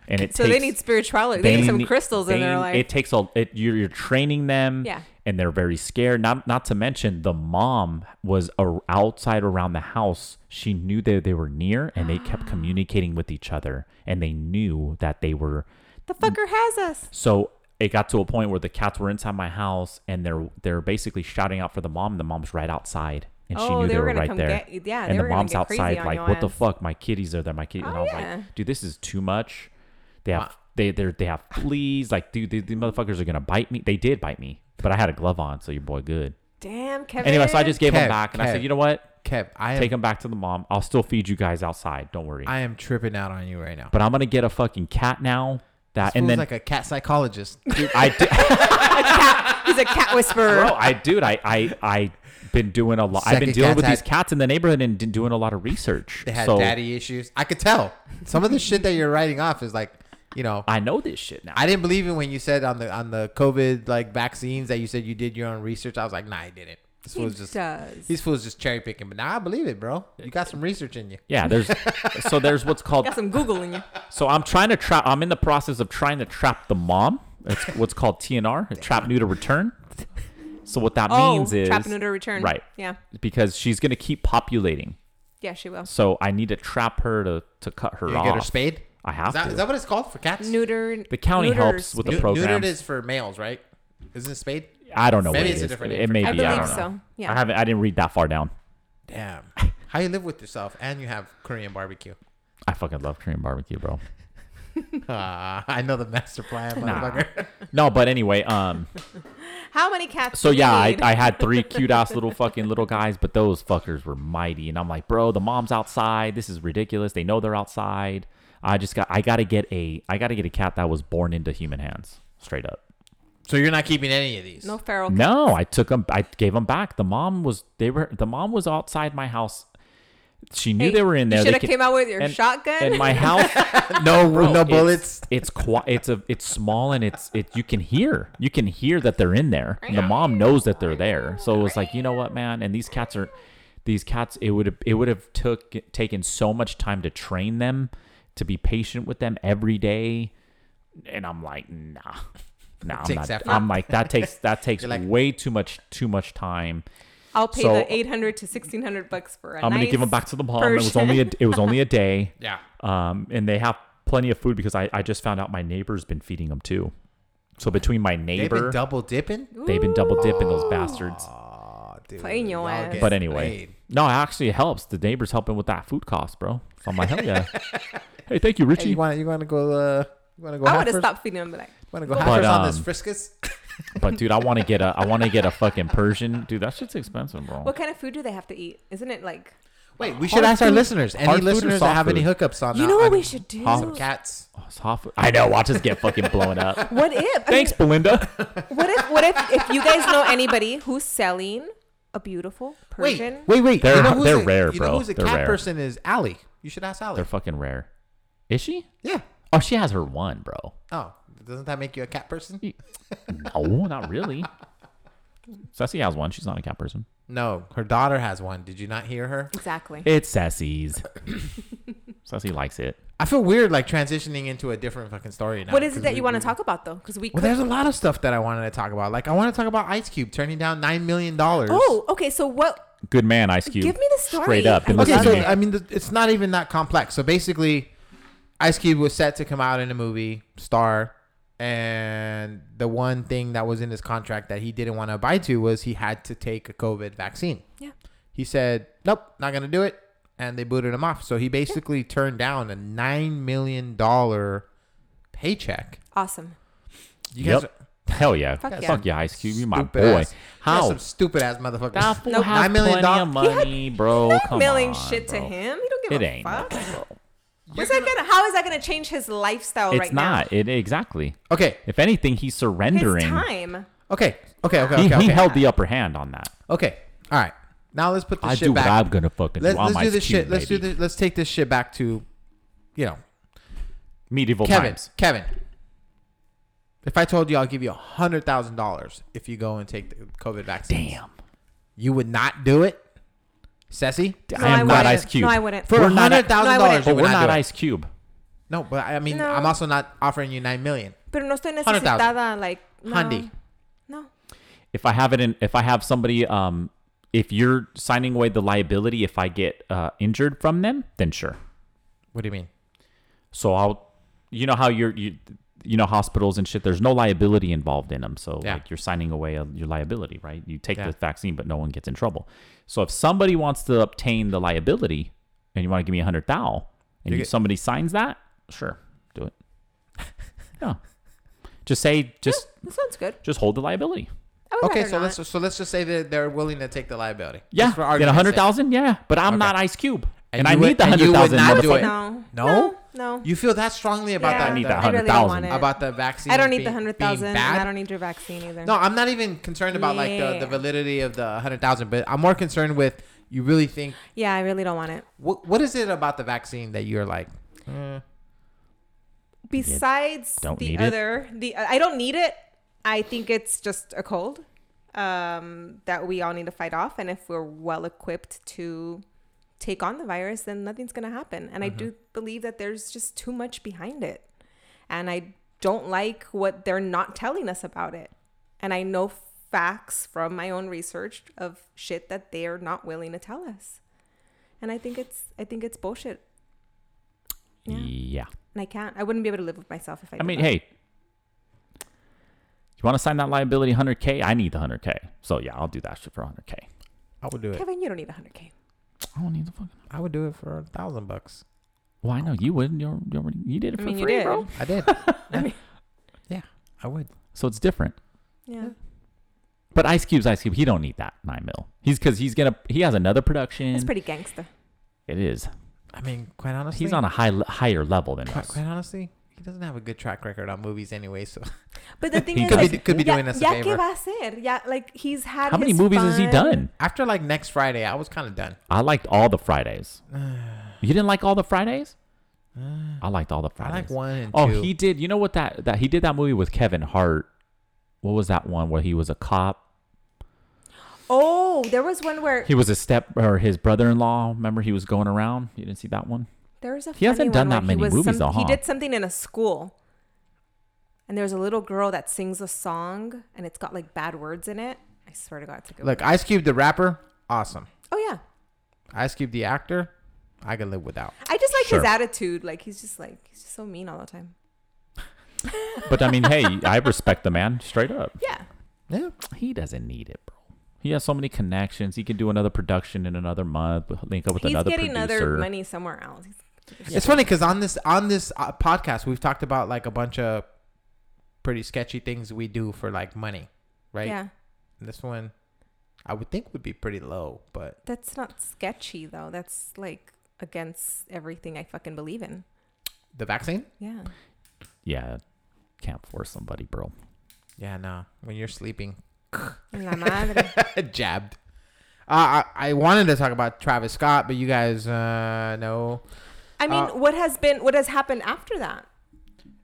C: and it
D: so
C: takes,
D: they need spirituality. They, need some
C: ne-
D: crystals in
C: they-
D: their life.
C: It takes a. It, you're, you're training them.
D: Yeah.
C: And they're very scared. Not not to mention the mom was a, outside around the house. She knew that they were near, and they
D: Ah.
C: kept communicating with each other, and they knew that they were.
D: the fucker has us.
C: So it got to a point where the cats were inside my house, and they're they're basically shouting out for the mom. The mom's right outside, and she
D: Oh,
C: knew
D: they
C: they,
D: were
C: were
D: gonna
C: right
D: come
C: there.
D: get you. Yeah, they
C: and the
D: were gonna
C: mom's
D: get crazy
C: outside,
D: on
C: like,
D: your
C: what the
D: ass."
C: fuck? My kitties are there. My kitties. and
D: Oh,
C: I was
D: yeah.
C: like, dude, this is too much. They have they they they have fleas. Like, dude, these, these motherfuckers are gonna bite me. They did bite me, but I had a glove on, so your boy good.
D: Damn, Kevin.
C: Anyway, so I just gave
A: Kev,
C: them back, and I
A: Kev.
C: said, you know what?
A: Kev, I
C: Take
A: am,
C: them back to the mom. I'll still feed you guys outside. Don't worry.
A: I am tripping out on you right now.
C: but I'm gonna get a fucking cat now. that
A: Fool's
C: and then
A: like a cat psychologist.
C: I did,
D: He's a cat whisperer.
C: bro, I dude, I I I been doing a lot. I've been
A: Second
C: dealing with
A: cat's had-
C: these cats in the neighborhood and d- doing a lot of research.
A: They had
C: so
A: daddy issues. I could tell. Some of the shit that you're writing off is like, you know,
C: I know this shit now.
A: I didn't believe it when you said on the on the COVID like vaccines that you said you did your own research. I was like, nah, I didn't. This
D: He
A: fool's just
D: does.
A: these fools just cherry picking. But now I believe it, bro. You got some research in you.
C: yeah, there's so there's what's called
D: Got some Google in you.
C: So I'm trying to trap. I'm in the process of trying to trap the mom. That's what's called TNR, trap new to return. So what that
D: Oh,
C: means is
D: trap neuter return.
C: right?
D: Yeah.
C: because she's gonna keep populating.
D: Yeah, she will.
C: So I need to trap her to to cut her
A: You
C: off.
A: get her spayed.
C: I have
A: Is that,
C: to.
A: is that what it's called for cats?
D: Neuter.
C: the county
D: neuters.
C: helps with the
A: Nu-
C: program.
A: Neutered is for males, right? Isn't it spayed?
C: I don't know.
A: Maybe
C: what
A: it's a
C: it is.
A: different
C: It
A: name for
C: may be. I,
D: I believe
C: don't know.
D: so. Yeah.
C: I haven't. I didn't read that far down.
A: Damn. How you live with yourself and you have Korean barbecue.
C: I fucking love Korean barbecue, bro.
A: Ah, I know the master plan,
C: Nah.
A: motherfucker.
C: No, but anyway, um.
D: How many cats?
C: So
D: do you
C: yeah, I,
D: need?
C: I had three cute ass little fucking little guys, but those fuckers were mighty. And I'm like, bro, the mom's outside. This is ridiculous. They know they're outside. I just got I gotta get a I gotta get a cat that was born into human hands. Straight up.
A: So you're not keeping any of these.
D: no feral. cats.
C: No, I took them I gave them back. The mom was they were the mom was outside my house. She knew
D: Hey,
C: they were in there.
D: You
C: They
D: should have
C: ca-
D: came out with your
C: and-
D: shotgun.
C: And my house
A: no, no
C: it's-
A: bullets.
C: It's quiet. It's a. It's small and it's it. You can hear. You can hear that they're in there. And the mom knows that they're there. So it was like, you know what, man. And these cats are, these cats. It would have. It would have took taken so much time to train them, to be patient with them every day. And I'm like, nah, nah. I'm,
A: takes
C: not,
A: effort.
C: I'm like that takes that takes
A: You're like-
C: way too much too much time.
D: I'll pay
C: so-
D: the eight hundred to sixteen hundred bucks for a
C: I'm gonna
D: nice
C: give them back to the mom. It was only a,
D: Persian.
C: it was only a day.
A: Yeah.
C: Um, and they have plenty of food because I, I just found out my neighbor's been feeding them too. So between my
A: They've
C: neighbor,
A: been double dipping.
C: they've been double dipping those bastards.
A: Oh, dude.
D: Playing your
A: y'all
D: ass.
A: getting
C: But anyway,
A: played.
C: no, it actually helps. The neighbor's helping with that food cost, bro. So I'm like, hell yeah. hey, thank you,
A: Hey,
C: Richie.
A: you want you want to go? Uh, you want to go?
D: I would have
A: halfers?
D: stopped feeding them. But like,
A: Want to go
D: But,
A: halfers on this
C: um,
A: friskus?
C: but dude, I want to get a I want to get a fucking Persian, dude. That shit's expensive, bro.
D: what kind of food do they have to eat? Isn't it like?
A: Wait, we
C: should
A: should
C: hard
A: ask
C: ask our
A: our
C: food-
A: listeners.
C: listeners, any
A: Any
C: hard food or
A: listeners
C: listeners that
A: that
C: soft
A: have
C: have any
A: any
C: food?
A: hookups on
D: You know what we should do?
A: Some cats.
C: Oh, it's hot food. I know. Watch us get fucking blown up.
D: What if? I
C: Thanks,
D: mean,
C: Belinda.
D: what if? What if? If you guys know anybody who's selling a beautiful Persian,
A: wait, wait.
C: They're-
A: know who's
C: they're
A: a-
C: rare,
A: you Know
C: bro.
A: who's a
C: They're
A: cat
C: rare.
A: person is Allie. You should ask Allie.
C: They're fucking rare. Is she?
A: yeah.
C: Oh, she has her one, bro.
A: Oh, doesn't that make you a cat person?
C: No, not really. Sassy has one. She's not a cat person.
A: No, her daughter has one. Did you not hear her?
D: exactly.
C: It's Sassy's. Sassy likes it.
A: I feel weird, like transitioning into a different fucking story now.
D: what is it
A: 'cause
D: that
A: we-
D: you want to
A: we-
D: talk about though? Because we
A: Well,
D: could-
A: there's a lot of stuff that I wanted to talk about. Like I want to talk about Ice Cube turning down nine million dollars.
D: Oh, okay. So what?
C: Good man, Ice Cube.
D: Give me the story.
C: Straight up.
D: I
C: And
D: love
C: listen
A: okay,
C: to
A: so
D: it.
C: me.
A: I mean, th- it's not even that complex. So basically, Ice Cube was set to come out in a movie, Star, and the one thing that was in his contract that he didn't want to abide to was he had to take a COVID vaccine.
D: Yeah.
A: He said, "Nope, not gonna do it," and they booted him off. So he basically turned down a nine million dollar paycheck.
D: Awesome.
A: You
C: Yep.
A: guys,
C: Hell yeah.
D: Fuck
C: Fuck
D: yeah.
C: yeah. Ice Cube. You're my
A: stupid
C: boy.
A: ass- you guys
C: How?
A: some stupid ass motherfuckers.
C: That fool
D: Nope.
C: has
A: Nine million
C: plenty of
A: dollars.
C: money, bro. Oh, Come
D: Mailing
C: on,
D: shit to
C: bro.
D: him. You don't give
C: It
D: a
C: ain't.
D: fuck.
C: bro.
D: What's that gonna? How is that gonna change his lifestyle
C: It's
D: right now?
C: not. It exactly.
A: Okay,
C: If anything, he's surrendering.
D: His time.
A: okay, okay, okay,
C: He,
A: okay,
C: he
A: okay.
C: held the upper hand on that.
A: Okay. All right. Now let's put this
C: I
A: shit
C: do
A: back.
C: what I'm gonna fucking
A: let's
C: do. I'm
A: let's do
C: Ice
A: this
C: Cube,
A: shit. Let's do
C: baby.
A: this. Let's take this shit back to, you know,
C: Medieval
A: Kevin.
C: times.
A: Kevin. If I told you I'll give you a hundred thousand dollars if you go and take the COVID vaccine,
C: Damn.
A: you would not do it, Ceci.
D: No,
C: I am not
D: wouldn't.
C: Ice Cube.
D: No, I wouldn't.
A: For
C: We're
A: a
C: not-
A: hundred thousand
D: No, I
A: dollars,
D: wouldn't.
A: you
C: But
A: would
C: we're
A: not,
C: not
A: do it.
C: Ice Cube.
A: No, but I mean,
D: No.
A: I'm also not offering you nine million.
D: Pero no estoy
A: 100,000.
D: necesitada, like no.
A: Handy.
D: No.
C: if I have it in, if I have somebody, um, if you're signing away the liability, if I get uh, injured from them, then sure.
A: What do you mean?
C: So I'll, you know how you're, you, you know hospitals and shit. There's no liability involved in them, so
A: Yeah.
C: like you're signing away a, your liability, right? You take
A: Yeah.
C: the vaccine, but no one gets in trouble. So if somebody wants to obtain the liability, and you want to give me a hundred thou, and
A: You
C: you
A: get-
C: somebody signs that, sure, do it. no, just say just
D: That sounds good.
C: just hold the liability.
D: I would
A: Okay,
D: rather
A: so
D: not.
A: let's so let's just say that they're willing to take the liability.
C: Yeah,
A: Just for
C: get a
A: argument's
C: hundred
A: sake.
C: thousand. Yeah, but I'm
A: Okay.
C: not Ice Cube,
A: And
C: and,
A: you
C: I
A: would-
C: need the
A: and you
C: hundred
A: would
C: thousand.
A: not do
C: motherfucker.
A: it.
D: No.
A: No?
D: No.
A: You feel that strongly about
D: Yeah.
A: that?
C: I need
A: the-
C: that
D: I
C: hundred
D: really want
C: thousand.
D: it.
A: about the vaccine.
D: I don't need
A: being-
D: the
A: being
D: hundred thousand.
A: bad?
D: I don't need your vaccine either.
A: No, I'm not even concerned about like the,
D: Yeah.
A: the validity of the hundred thousand, but I'm more concerned with you really think
D: Yeah, I really don't want it.
A: what what is it about the vaccine that you're like eh,
D: Besides
C: don't
D: the
C: need it?
D: other, the uh, I don't need it. I think it's just a cold um, that we all need to fight off, and if we're well equipped to take on the virus, then nothing's going to happen. And I do
C: Mm-hmm.
D: believe that there's just too much behind it, and I don't like what they're not telling us about it. And I know facts from my own research of shit that they are not willing to tell us. And I think it's I think it's bullshit. Yeah.
C: Yeah.
D: And I can't. I wouldn't be able to live with myself if I.
C: I
D: did
C: mean,
D: that.
C: hey, you want to sign that liability 100K? I need the 100K. So yeah, I'll do that shit for 100K.
A: I would do it.
D: Kevin, you don't need 100k.
C: I don't need the fucking.
A: I would do it for a thousand bucks.
C: Well, I know you wouldn't. You already, you already you did it
D: I
C: for
D: mean, you
C: free,
D: did.
C: bro.
A: I did. yeah.
D: mean-
A: yeah, I would.
C: So it's different.
D: Yeah.
C: But Ice Cube's Ice Cube, he don't need that nine mil. He's because he's gonna he has another production.
D: It's pretty gangster.
C: It is.
A: I mean, quite honestly,
C: He's on a high higher level than
A: Quite,
C: us.
A: quite honestly, he doesn't have a good track record on movies anyway. So
D: But the thing
C: He
D: is,
C: could
A: could
D: like,
A: be, could be doing
D: ya,
A: us a
D: ya que
A: favor.
D: va a ser? Yeah, like he's had.
C: How many
D: his
C: movies has he
D: fun.
C: done?
A: After like next Friday, I was kind of done.
C: I liked all the Fridays. you didn't like all the Fridays? I liked all the
A: I like
C: Fridays.
A: one and
C: Oh,
A: two.
C: he did. You know what that that he did that movie with Kevin Hart. What was that one where he was a cop?
D: Oh, there was one where
C: He was a step or his brother-in-law. Remember, he was going around. You didn't see that one.
D: there was a.
C: He hasn't done
D: funny one
C: that
D: where
C: many
D: he was
C: movies, uh-huh.
D: some-
C: though,
D: He
C: huh?
D: did something in a school, and there's a little girl that sings a song, and it's got like bad words in it. I swear to God, it's a good.
A: Look, Ice Cube the rapper, awesome.
D: Oh yeah,
A: Ice Cube the actor, I could live without.
D: I just like
C: Sure.
D: his attitude. Like he's just like he's just so mean all the time.
C: But I mean, hey, I respect the man straight up.
D: Yeah.
A: Yeah,
C: He doesn't need it, bro. He has so many connections. He can do another production in another month. Link up with
D: He's
C: another
D: getting
C: producer.
D: other money somewhere else. He's-
A: it's funny because on this on this uh, podcast, we've talked about like a bunch of pretty sketchy things we do for like money, right?
D: Yeah.
A: This one, I would think would be pretty low, but
D: That's not sketchy though. That's like against everything I fucking believe in.
A: the vaccine.
D: Yeah.
C: Yeah, can't force somebody, bro.
A: Yeah, no. When you're sleeping,
D: La madre.
A: jabbed. Uh, I I wanted to talk about Travis Scott, but you guys uh, know
D: I mean,
A: Uh,
D: what has been what has happened after that?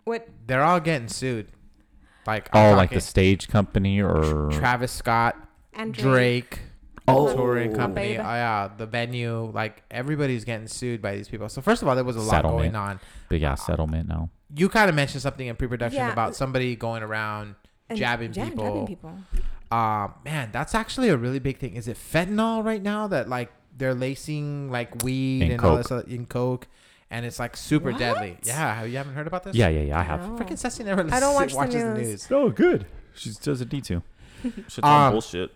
D: What
A: they're all getting sued. Like
C: Oh,
A: I'm
C: like the
A: talking
C: stage company or
A: Travis Scott,
D: and
A: Drake,
C: Oh.
A: touring company,
D: Babe.
A: uh, yeah, the venue, like everybody's getting sued by these people. So first of all, there was a lot
C: Settlement.
A: going on.
C: big ass settlement now.
A: You kind of mentioned something in pre-production
D: Yeah.
A: about somebody going around
D: and-
A: jabbing,
D: yeah,
A: people.
D: jabbing people.
A: Um, man, that's actually a really big thing. Is it fentanyl right now that like they're lacing like weed and,
C: In
A: all
C: coke.
A: this other, in coke, and it's like super deadly.
D: What?
A: Yeah, have- you haven't heard about this?
C: Yeah, yeah, yeah. I have.
D: No.
A: Freaking Ceci never
D: I don't watch the
A: watches the
D: news.
A: news.
C: Oh, good. Ah. She doesn't need to.
B: Shit's all
A: Um,
B: bullshit.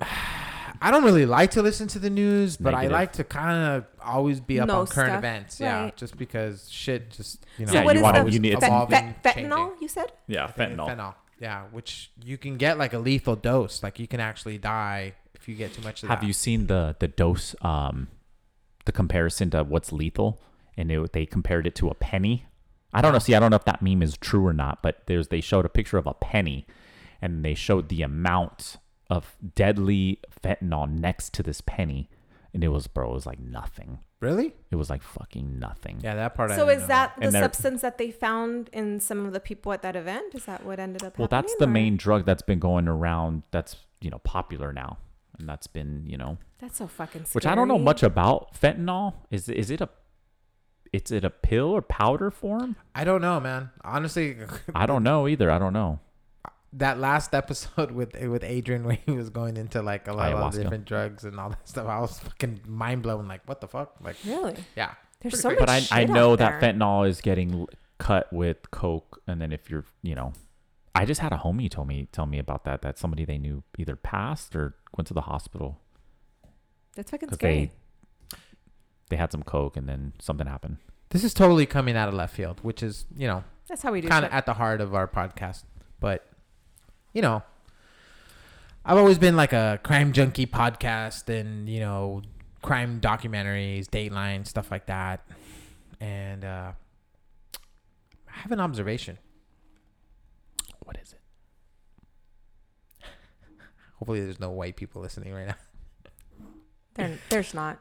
A: I don't really like to listen to the news, but
C: Negative.
A: I like to kind of always be up
D: Know
A: on current
D: stuff.
A: events. Yeah,
D: Right.
A: just because shit just you know.
D: So
C: Yeah,
D: what
C: you
D: is
C: wanna-
D: the
C: you need-
D: fe-
C: it's
A: evolving,
D: fe-
A: changing.
D: fentanyl? You said
C: Yeah, fentanyl.
A: Fentanyl. Yeah, which you can get like a lethal dose. Like you can actually die if you get too much of
C: Have
A: that.
C: you seen the the dose? Um, the comparison to what's lethal, and it, they compared it to a penny. I don't know. See, I don't know if that meme is true or not, but there's they showed a picture of a penny, and they showed the amount of deadly fentanyl next to this penny, and it was bro, it was like nothing.
A: really?
C: It was like fucking nothing.
A: Yeah, that part. I
D: So
A: didn't
D: is
A: know.
D: that the
C: And they're-
D: substance that they found in some of the people at that event? Is that what ended up
C: Well,
D: happening?
C: that's the
D: or-
C: main drug that's been going around. That's you know popular now, and that's been you know
D: That's so fucking scary.
C: which I don't know much about fentanyl. Is is it a is it a pill or powder form?
A: I don't know, man. Honestly,
C: I don't know either. I don't know.
A: that last episode with with Adrian where he was going into like a lot of
C: Ayahuasca.
A: different drugs and all that stuff, I was fucking mind blown. Like, what the fuck? Like,
D: Really?
A: yeah,
D: There's so much
C: But I
D: shit
C: I know
D: out
C: that
D: there.
C: fentanyl is getting l- cut with coke, and then if you're you know, I just had a homie told me tell me about that that somebody they knew either passed or went to the hospital
D: That's fucking
C: because
D: scary.
C: they they had some coke and then something happened.
A: this is totally coming out of left field, which is you know
D: That's how we do
A: kind
D: shit.
A: of at the heart of our podcast. But you know, I've always been like a crime junkie podcast, and you know, crime documentaries, Dateline, stuff like that. And uh, I have an observation.
C: What is it?
A: Hopefully, there's no white people listening right now.
D: There, there's not.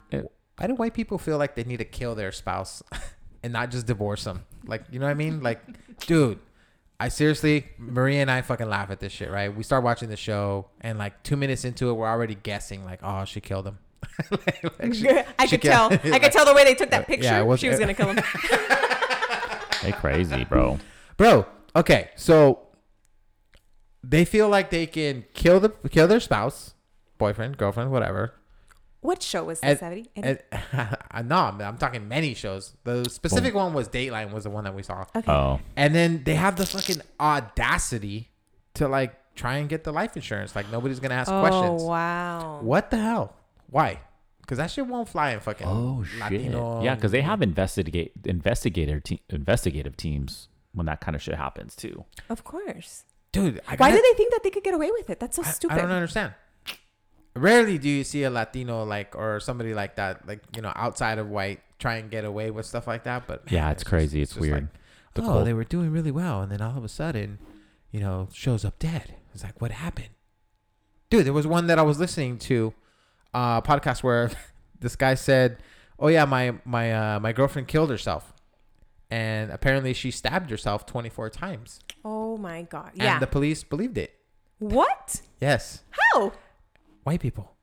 A: Why do white people feel like they need to kill their spouse and not just divorce them? Like, you know what I mean? Like, dude, I seriously, Maria and I fucking laugh at this shit, right? We start watching the show, and like two minutes into it, we're already guessing, like, oh, she killed him. Like, like, she-
D: I
A: she
D: could tell.
A: killed-
D: I could tell the way they took that
A: Yeah, it
D: picture.
A: was-
D: she was gonna kill him.
C: They crazy, bro.
A: bro. Okay, so they feel like they can kill the kill their spouse, boyfriend, girlfriend, whatever,
D: what show was this,
A: And-
D: Eddie? Eddie?
A: And, no, I'm, I'm talking many shows. The specific one was Dateline was the one that we saw.
D: okay.
C: Oh,
A: And then they have the fucking audacity to like try and get the life insurance. Like nobody's gonna ask questions.
D: Oh, wow.
A: What the hell? Why? Because that shit won't fly in fucking
C: oh shit.
A: Latino.
C: yeah, because they have investigate investigator te- investigative teams when that kind of shit happens too.
D: Of course.
A: dude. I
D: Why
A: gotta-
D: do they think that they could get away with it? That's so
A: I-
D: stupid.
A: I don't understand. Rarely do you see a Latino like or somebody like that, like you know, outside of white, try and get away with stuff like that. But
C: Yeah,
A: man,
C: it's
A: just-
C: crazy. It's
A: just like,
C: weird. The
A: oh,
C: cult-
A: they were doing really well, and then all of a sudden, you know, shows up dead. It's like, what happened, dude? There was one that I was listening to, uh, podcast where this guy said, "Oh yeah, my my uh, my girlfriend killed herself." And apparently, she stabbed herself 24 times.
D: oh my god.
A: And
D: Yeah.
A: the police believed it.
D: what?
A: Yes.
D: How?
A: white people.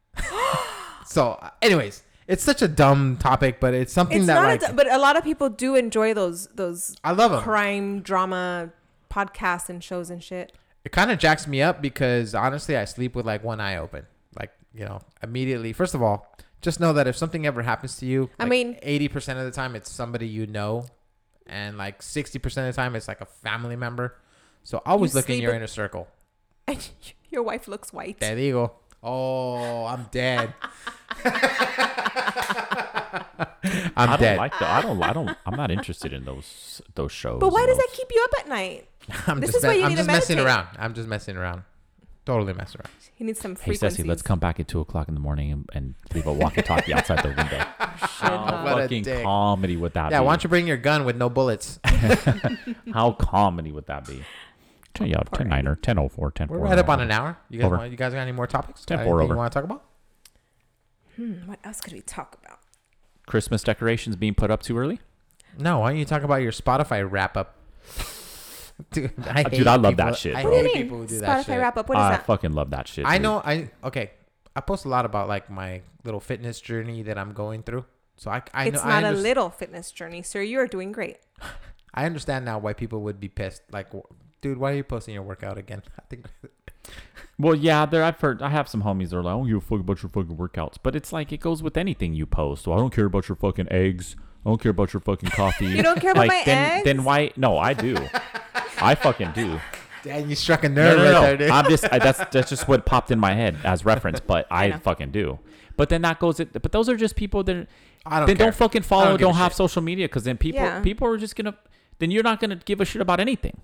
A: so, uh, anyways, it's such a dumb topic, but it's something
D: It's
A: that
D: not.
A: like
D: a, but a lot of people do enjoy those those
A: I love 'em.
D: crime drama podcasts and shows and shit.
A: it kind of jacks me up because honestly, I sleep with like one eye open, like you know, immediately. First of all, just know that if something ever happens to you,
D: I mean-
A: eighty percent of the time it's somebody you know, and like sixty percent of the time it's like a family member. So always
D: You
A: look in
D: sleep
A: your
D: with-
A: inner circle.
D: And your wife looks white.
A: There you go. Oh, I'm dead. I'm
C: I don't
A: dead.
C: like the. I don't. I don't. I'm not interested in those those shows.
D: But why
C: and
D: does
C: those-
D: that keep you up at night?
A: I'm
D: This
A: just,
D: is why
A: me-
D: you
A: I'm
D: need to
A: just messing
D: meditate.
A: around. I'm just messing around. Totally messing around.
D: He needs some
C: Hey
D: frequencies.
C: Ceci, let's come back at two o'clock in the morning and, and leave a walkie-talkie outside the window. How
A: What a
C: fucking
A: dick.
C: comedy would that
A: Yeah,
C: be?
A: why don't you bring your gun with no bullets?
C: How comedy would that be? Ten, yeah, ten niner, ten oh four, ten
A: We're
C: four.
A: right up on an hour. You guys,
C: Over.
A: want, you guys got any more topics?
C: Ten
A: Uh,
C: four
A: anything
C: over.
A: You want to talk about?
D: Hmm, what else could we talk about?
C: Christmas decorations being put up too early.
A: No, why don't you talk about your Spotify wrap up? Dude, I,
C: Dude,
A: hate
C: I love
A: people-
C: that shit,
A: I
C: bro.
D: What do
A: hate
D: you mean?
A: people who do that
D: Spotify
A: shit. Uh,
D: wrap up. What is
C: I
D: that?
C: fucking love that shit.
A: I
C: dude.
A: know. I okay. I post a lot about like my little fitness journey that I'm going through. So I, I know.
D: it's
A: I,
D: not a
A: underst-
D: little fitness journey, sir. You are doing great.
A: I understand now why people would be pissed. Like, w- dude, why are you posting your workout again? I think
C: Well, yeah, there. I've heard. I have some homies that are like, "I don't give a fuck about your fucking workouts," but it's like it goes with anything you post. Well, I don't care about your fucking eggs. I don't care about your fucking coffee.
D: You don't care about
C: like,
D: my
C: then,
D: eggs?
C: Then why? No, I do. I fucking do.
A: Dan, you struck a
C: No,
A: nerve
C: no,
A: right
C: no.
A: there, dude.
C: I'm just I, that's that's just what popped in my head as reference, but I,
D: know.
C: fucking do. But then that goes. It, but those are just people that
A: I don't
C: then
A: care.
C: don't fucking
A: I
C: follow.
A: don't
C: Don't,
A: give a
C: have
A: shit.
C: social media because then people
D: Yeah.
C: people are just gonna. Then you're not gonna give a shit about anything.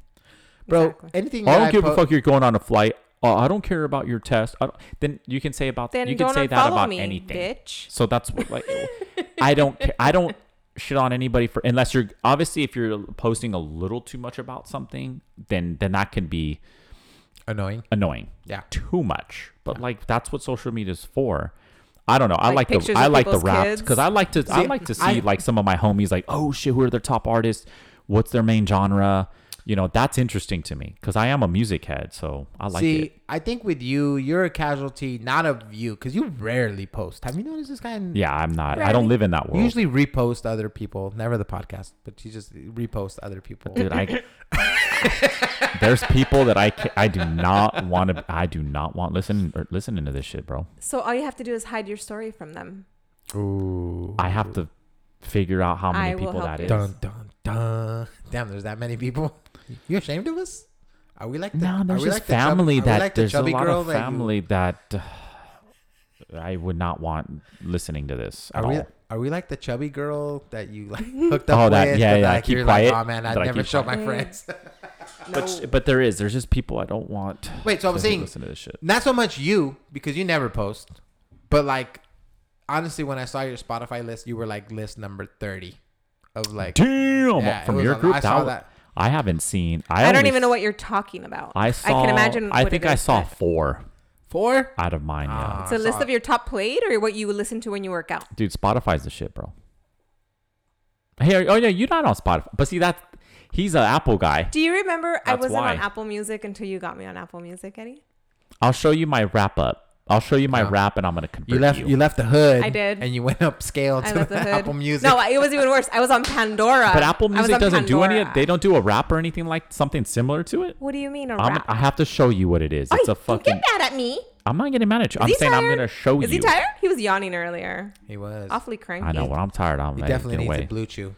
A: bro.
D: Exactly.
A: Anything.
C: I
A: that
C: don't give
A: po-
C: a fuck. You're going on a flight. Uh, I don't care about your test. I don't, then you can say about
D: Then
C: you can
D: don't
C: say that
D: unfollow
C: about
D: me,
C: anything.
D: bitch.
C: So that's what like I don't care. I don't shit on anybody for unless you're obviously if you're posting a little too much about something, then then that can be
A: Annoying.
C: annoying.
A: Yeah.
C: Too much. But like that's what social media is for. I don't know. I
D: Like
C: like,
D: pictures
C: the I
D: of
C: like the
D: people's
C: rap
D: kids?
C: because I like to I
A: See,
C: like to see
A: I-
C: like some of my homies like oh shit who are their top artists, what's their main genre, you know that's interesting to me because I am a music head so I like
A: See,
C: it.
A: I think with you, you're a casualty, not of you, because you rarely post. Have you noticed this guy? in-
C: Yeah, I'm not. I
D: Right.
C: don't live in that
A: You
C: world.
A: usually repost other people, never the podcast, but you just repost other people.
C: dude i there's people that i ca- i do not want to i do not want listen or listening to this shit bro
D: So all you have to do is hide your story from them.
A: Ooh.
C: i have to figure out how many
D: I will
C: people
D: help
C: that
D: you.
C: is
A: Dun dun dun! Damn, there's that many people. You ashamed of us? Are we like the,
C: no
A: are
C: there's
A: we
C: just
A: like the chub-
C: family
A: are we
C: that
A: like the
C: there's a
A: chubby
C: lot
A: girl
C: of
A: that you-
C: family that uh, i would not want listening to this at
A: are we?
C: all.
A: Are we like the chubby girl that you like hooked
C: Oh,
A: up
C: that-
A: with?
C: yeah,
A: but,
C: yeah,
A: Like,
C: keep
A: you're
C: quiet,
A: like, oh man, I'd
C: but I
A: never
C: keep
A: show my
D: quiet."
A: friends.
D: No.
C: but there is there's just people i don't want
A: Wait, so I'm
C: to
A: saying
C: listen to this shit
A: Not so much you because you never post, but like honestly, when I saw your Spotify list, you were like list number thirty of like
C: damn
A: Yeah, it
C: from
A: was
C: your
A: a-
C: group
A: I saw
C: that,
A: that.
C: I haven't seen. I,
D: I, don't
C: only
D: even know
C: s-
D: what you're talking about.
C: I saw.
D: I can imagine.
C: I
D: what
C: think
D: it
C: I
D: is,
C: saw
D: but-
C: four
A: Four?
C: out of mine.
A: Ah.
C: Yeah.
D: It's a list of your top played or what you would listen to when you work out.
C: Dude, Spotify's the shit, bro. Hey, oh yeah, you're not on Spotify, but see that's he's an Apple guy.
D: Do you remember I
C: That's
D: wasn't
C: why.
D: on Apple Music until you got me on Apple Music, Eddie?
C: I'll show you my wrap up. I'll show you my
A: Yeah.
C: wrap, and I'm gonna convert
A: You left. You. left the hood.
D: I did.
A: And you went upscale
D: I
A: to
D: left the hood.
A: Apple Music.
D: No, it was even worse. I was on Pandora.
C: but Apple
D: Uh, I was
C: Music
D: on
C: doesn't do any.
D: Pandora.
C: They don't do a rap or anything like something similar to it.
D: What do you mean a
C: I'm,
D: rap?
C: I have to show you what it is. It's
D: Oi,
C: a fucking.
D: Don't get mad at me. Is
C: I'm not getting mad at you. I'm
D: he
C: saying I'm
D: tired?
C: gonna show
D: Is
C: you.
D: he tired? He was yawning earlier.
A: he was.
D: Awfully cranky.
C: I know. When I'm tired, I'm
A: He
C: like,
A: definitely
C: get
A: needs
C: away.
A: a blue chew.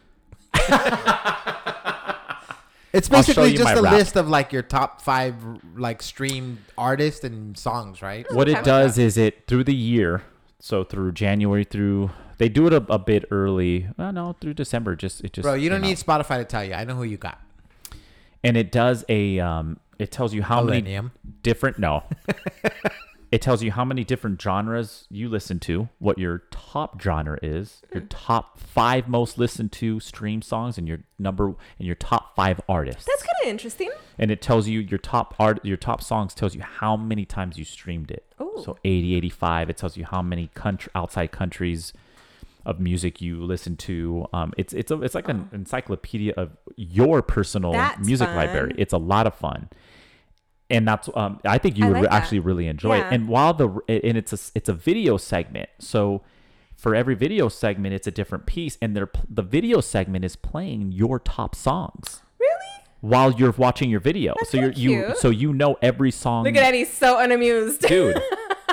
A: it's
C: I'll show
A: basically
C: you
A: just
C: my
A: a
C: rap.
A: list of like your top five like streamed artists and songs, right?
C: what
D: time
C: it
D: ago.
C: does is it through the year so through january through they do it a, a bit early well, no through december just it just
A: Bro, you don't
C: came out.
A: need Spotify to tell you. I know who you got.
C: and it does a um it tells you how
A: Millennium.
C: many different no it tells you how many different genres you listen to what your top genre is your top five most listened to stream songs and your number and your top five artists
D: That's kind of interesting.
C: and it tells you your top art your top songs tells you how many times you streamed it
D: Ooh.
C: so 80 85 it tells you how many country outside countries of music you listen to um, it's it's a, it's like an encyclopedia of your personal
D: That's
C: music
D: fun.
C: library it's a lot of fun and that's um, I think you
D: I
C: would
D: like
C: re-
D: that.
C: actually really enjoy
D: Yeah.
C: it. And while the and it's a it's a video segment, so for every video segment, it's a different piece, and they're pl- the video segment is playing your top songs
D: Really?
C: while you're watching your video. so you're
D: kinda
C: you
D: cute.
C: so you know every song.
D: Look at Eddie, so unamused.
C: dude.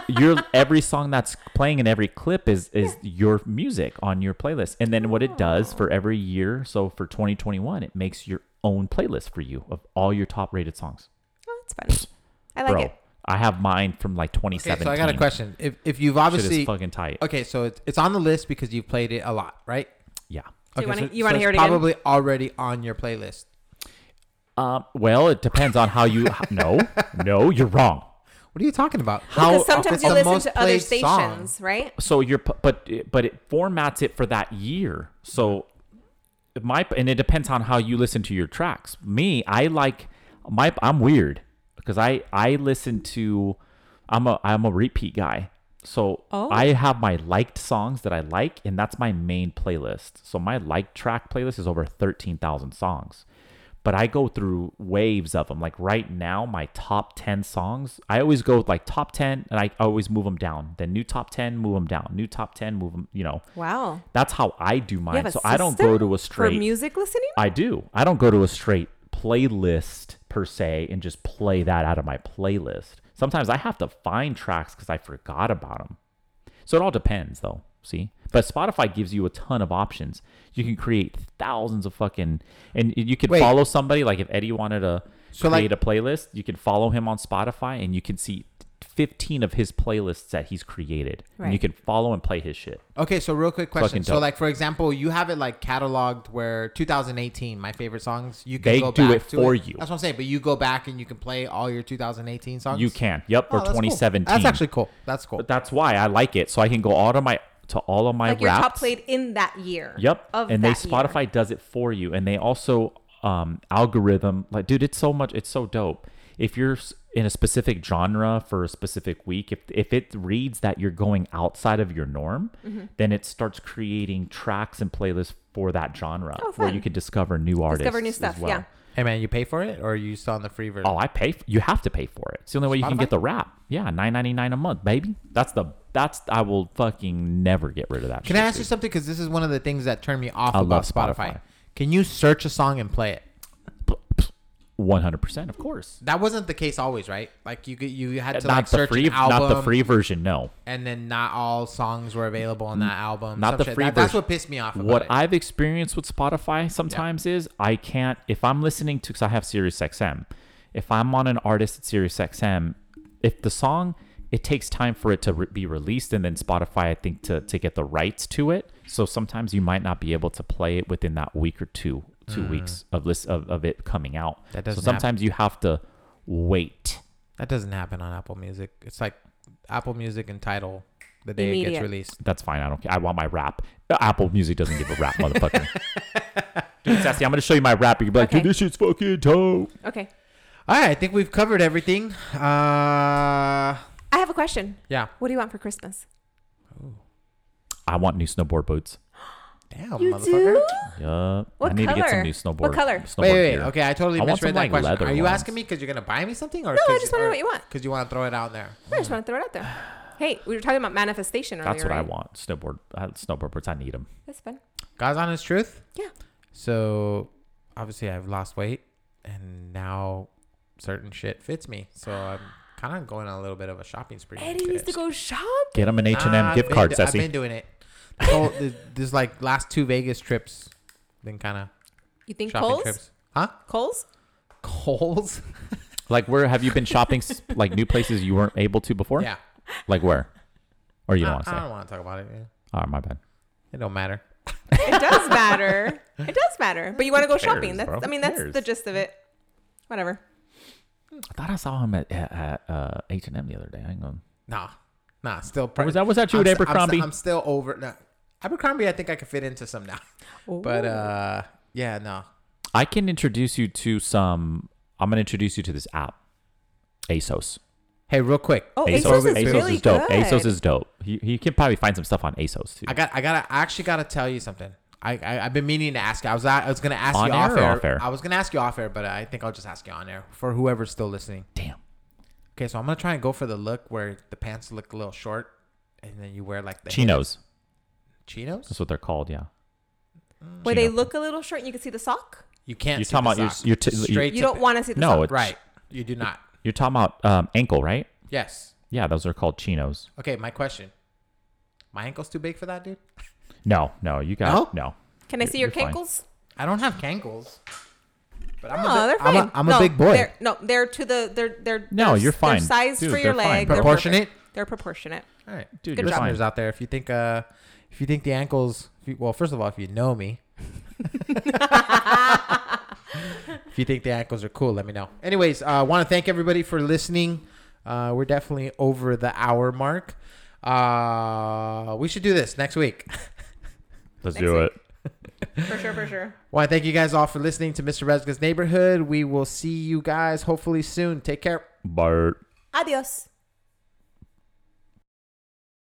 C: Your every song that's playing in every clip is is your music on your playlist. And then what it does for every year, so for 2021, it makes your own playlist for you of all your top rated songs.
D: Oh, that's funny. I like
C: Bro,
D: it.
C: I have mine from like 2017.
A: Okay, so I got a question. If if you've
C: Shit
A: obviously
C: is fucking tight.
A: okay, so it's it's on the list because you've played it a lot, right?
C: Yeah.
D: So you wanna- you wanna
A: it's
D: hear it again?
A: Probably already on your playlist.
C: Um, well, it depends on how you. no, no, you're wrong.
A: What are you talking about?
C: How-
D: Because sometimes
A: it's
D: you
A: the
D: listen
A: most
D: to other
A: played
D: stations,
A: song.
D: right?
C: so you're pu- but but it formats it for that year so my and it depends on how you listen to your tracks me i like my i'm weird because i i listen to i'm a i'm a repeat guy so
D: Oh.
C: i have my liked songs that i like and that's my main playlist so my liked track playlist is over 13000 songs but I go through waves of them. Like right now, my top 10 songs, I always go with like top 10 and I always move them down. Then new top 10, move them down. New top 10, move them, you know.
D: Wow.
C: That's how I do
D: You have
C: mine.
D: a
C: So I don't
D: system
C: go to a
D: For
C: straight
D: music listening?
C: I do. I don't go to a straight playlist per se and just play that out of my playlist. Sometimes I have to find tracks cuz I forgot about them. So it all depends though, see? But Spotify gives you a ton of options. You can create thousands of fucking and you could
A: Wait.
C: follow somebody like if Eddie wanted to
A: So, like-
C: create a playlist, you could follow him on Spotify and you can see 15 of his playlists that he's created. And you
D: Right.
C: can follow and play his shit.
A: Okay, so real quick question.
C: Fucking
A: So
C: dope.
A: like for example, you have it like cataloged where 2018, my favorite songs. You can
C: They
A: go
C: do
A: back
C: it
A: to
C: for you.
A: That's what I'm saying. But you go back and you can play all your 2018 songs.
C: You can. Yep,
A: Oh,
C: or
A: that's cool.
C: 2017.
A: That's actually cool. That's cool.
C: But that's why I like it, so I can go all to my to all of my
D: like your
C: raps.
D: top played in that year.
C: Yep,
D: Of
C: and they
D: that year.
C: Spotify does it for you, and they also um algorithm like dude, it's so much, it's so dope. If you're s- in a specific genre for a specific week, if if it reads that you're going outside of your norm,
D: Mm-hmm.
C: then it starts creating tracks and playlists for that genre
D: Oh,
C: where
D: fun.
C: you can discover new artists.
D: Discover new
C: as
D: stuff.
C: well.
D: Yeah.
A: hey man, you pay for it or you still on the free version?
C: Oh, I pay. f- You have to pay for it. It's the only way you can
A: Spotify?
C: get the rap. Yeah, nine ninety nine a month, baby. That's the that's I will fucking never get rid of that.
A: Can I
C: shit,
A: ask you
C: dude.
A: something? Because this is one of the things that turned me off
C: I
A: about
C: love
A: Spotify.
C: Spotify.
A: Can you search a song and play it?
C: One hundred percent, of course.
A: That wasn't the case always, right? Like you could- you had to
C: not
A: like
C: the
A: search
C: free,
A: an album,
C: not the free version. No,
A: and then not all songs were available on that album.
C: not
A: some
C: the
A: shit.
C: free
A: That- That's
C: version.
A: what pissed me off. About
C: what
A: it.
C: I've experienced with Spotify sometimes is I can't if I'm listening to because I have SiriusXM. If I'm on an artist at SiriusXM, if the song it takes time for it to re- be released and then Spotify I think to to get the rights to it. So sometimes you might not be able to play it within that week or two two weeks of list of, of it coming out.
A: Mm. That
C: so
A: doesn't happen.
C: sometimes you have to wait.
A: That doesn't happen on Apple Music. It's like Apple Music and Title the day it gets
D: Immediate.
A: released.
C: Uh, That's fine. I don't care. I want my rap. Apple Music doesn't give a rap, motherfucker. Dude, Sassy, I'm gonna show you my rap. You can be like,
D: Okay.
C: dude, this shit's fucking dope.
D: Okay.
A: All right, I think we've covered everything. Uh,
D: I have a question.
A: yeah.
D: What do you want for Christmas?
C: I want new snowboard boots.
A: Damn,
D: You
A: Oh, motherfucker.
D: do?
C: Yup.
D: What
C: I need to get
D: color?
C: some new snowboard.
D: What color?
C: Snowboard
A: Wait, wait, wait.
C: gear.
A: Okay, I totally
C: I want
A: misread
C: some,
A: that
C: like,
A: question.
C: leather
A: Are you
C: ones.
A: asking me because you're gonna buy me something, or
D: No, I just wanna know what you want.
A: Because you want to throw it out there.
D: I just want to throw it out there. Hey, we were talking about manifestation earlier.
C: That's what I
D: right?
C: want. Snowboard. Uh, snowboard boots. I need them.
D: That's fun.
A: God's honest truth.
D: Yeah.
A: So obviously, I've lost weight, and now certain shit fits me. So I'm kind of going on a little bit of a shopping spree.
D: Eddie needs to go shop.
C: Get them an H and M
D: Ah,
A: Nah, I've
C: gift
A: been
C: card,
A: do- I've
C: Sassy.
A: been doing it. This whole- th- this like last two Vegas trips, been kind of
D: You think
A: shopping
D: Coles?
A: trips. Huh?
D: Coles?
A: Coles?
C: Like, where have you been shopping? s- like new places you weren't able to before?
A: yeah. Uh-uh.
C: Like where? Or you don't
A: I,
C: want to say?
A: I don't want to talk about it. Yeah.
C: Oh, my bad.
A: It don't matter.
D: It does matter. It does matter. But you want to go
C: cares,
D: shopping. That's.
C: bro?
D: I mean,
C: Who
D: that's
C: cares?
D: the gist of it. Whatever.
C: I thought I saw him at at uh, H and M the other day. Hang on.
A: Nah, nah. Still. Pre-
C: was that- was that you
A: I'm
C: with
A: s- I'm s-
C: Abercrombie?
A: I'm, still over. No, Abercrombie. I think I could fit into some now. But uh, yeah, no.
C: I can introduce you to some. I'm gonna introduce you to this app, ASOS.
A: Hey, real quick.
D: Oh,
A: Hey,
D: ASOS
A: so-
D: is
A: so-
D: really
C: is dope.
D: good.
C: ASOS is dope. You, you can probably find some stuff on ASOS too.
A: I got. I gotta. I actually gotta tell you something. I, I I've been meaning to ask. you. I was. I was gonna ask
C: On
A: you
C: air
A: off
C: or
A: air.
C: off air?
A: I was gonna ask you off air, but I think I'll just ask you on air for whoever's still listening.
C: Damn.
A: Okay, so I'm gonna try and go for the look where the pants look a little short, and then you wear like the
C: Chinos.
A: Chinos.
C: That's what they're called. Yeah.
D: Where they
C: Chino.
D: look a little short and you can see the sock.
A: You can't.
C: You're
A: see
C: talking
A: the
C: about your-
A: sock.
C: your t- you-
A: straight.
D: You
A: to-
D: don't want to see the
C: No,
D: sock.
C: it's
A: Right. You do not.
C: You're talking about um, ankle, right?
A: Yes.
C: Yeah, those are called chinos.
A: Okay, my question. My ankle's too big for that, dude.
C: No, no, you got no.
D: Can I see your
C: You're fine.
D: cankles?
A: I don't have cankles. But I'm
D: No,
A: a,
D: they're
A: big- I'm
D: fine.
A: a, I'm a
D: No,
A: big boy.
D: They're, no, they're to the they're they're
C: No,
D: they're-
C: you're fine.
D: They're sized
C: Dude,
D: for your
C: they're fine.
D: leg. They're
A: Proportionate.
D: perfect. They're proportionate.
A: All right,
C: Dude,
A: Good
C: you're
A: listeners
C: fine.
A: out there, if you think uh, if you think the ankles, if you, well, first of all, if you know me, if you think the ankles are cool, let me know. Anyways, I uh, want to thank everybody for listening. Uh, we're definitely over the hour mark. Uh, we should do this next week.
C: Let's
D: Next
C: do
D: week.
C: it.
D: For sure, for sure.
A: want to thank you guys all for listening to Mr. Resga's Neighborhood. We will see you guys hopefully soon. Take care.
C: Bart.
D: Adios.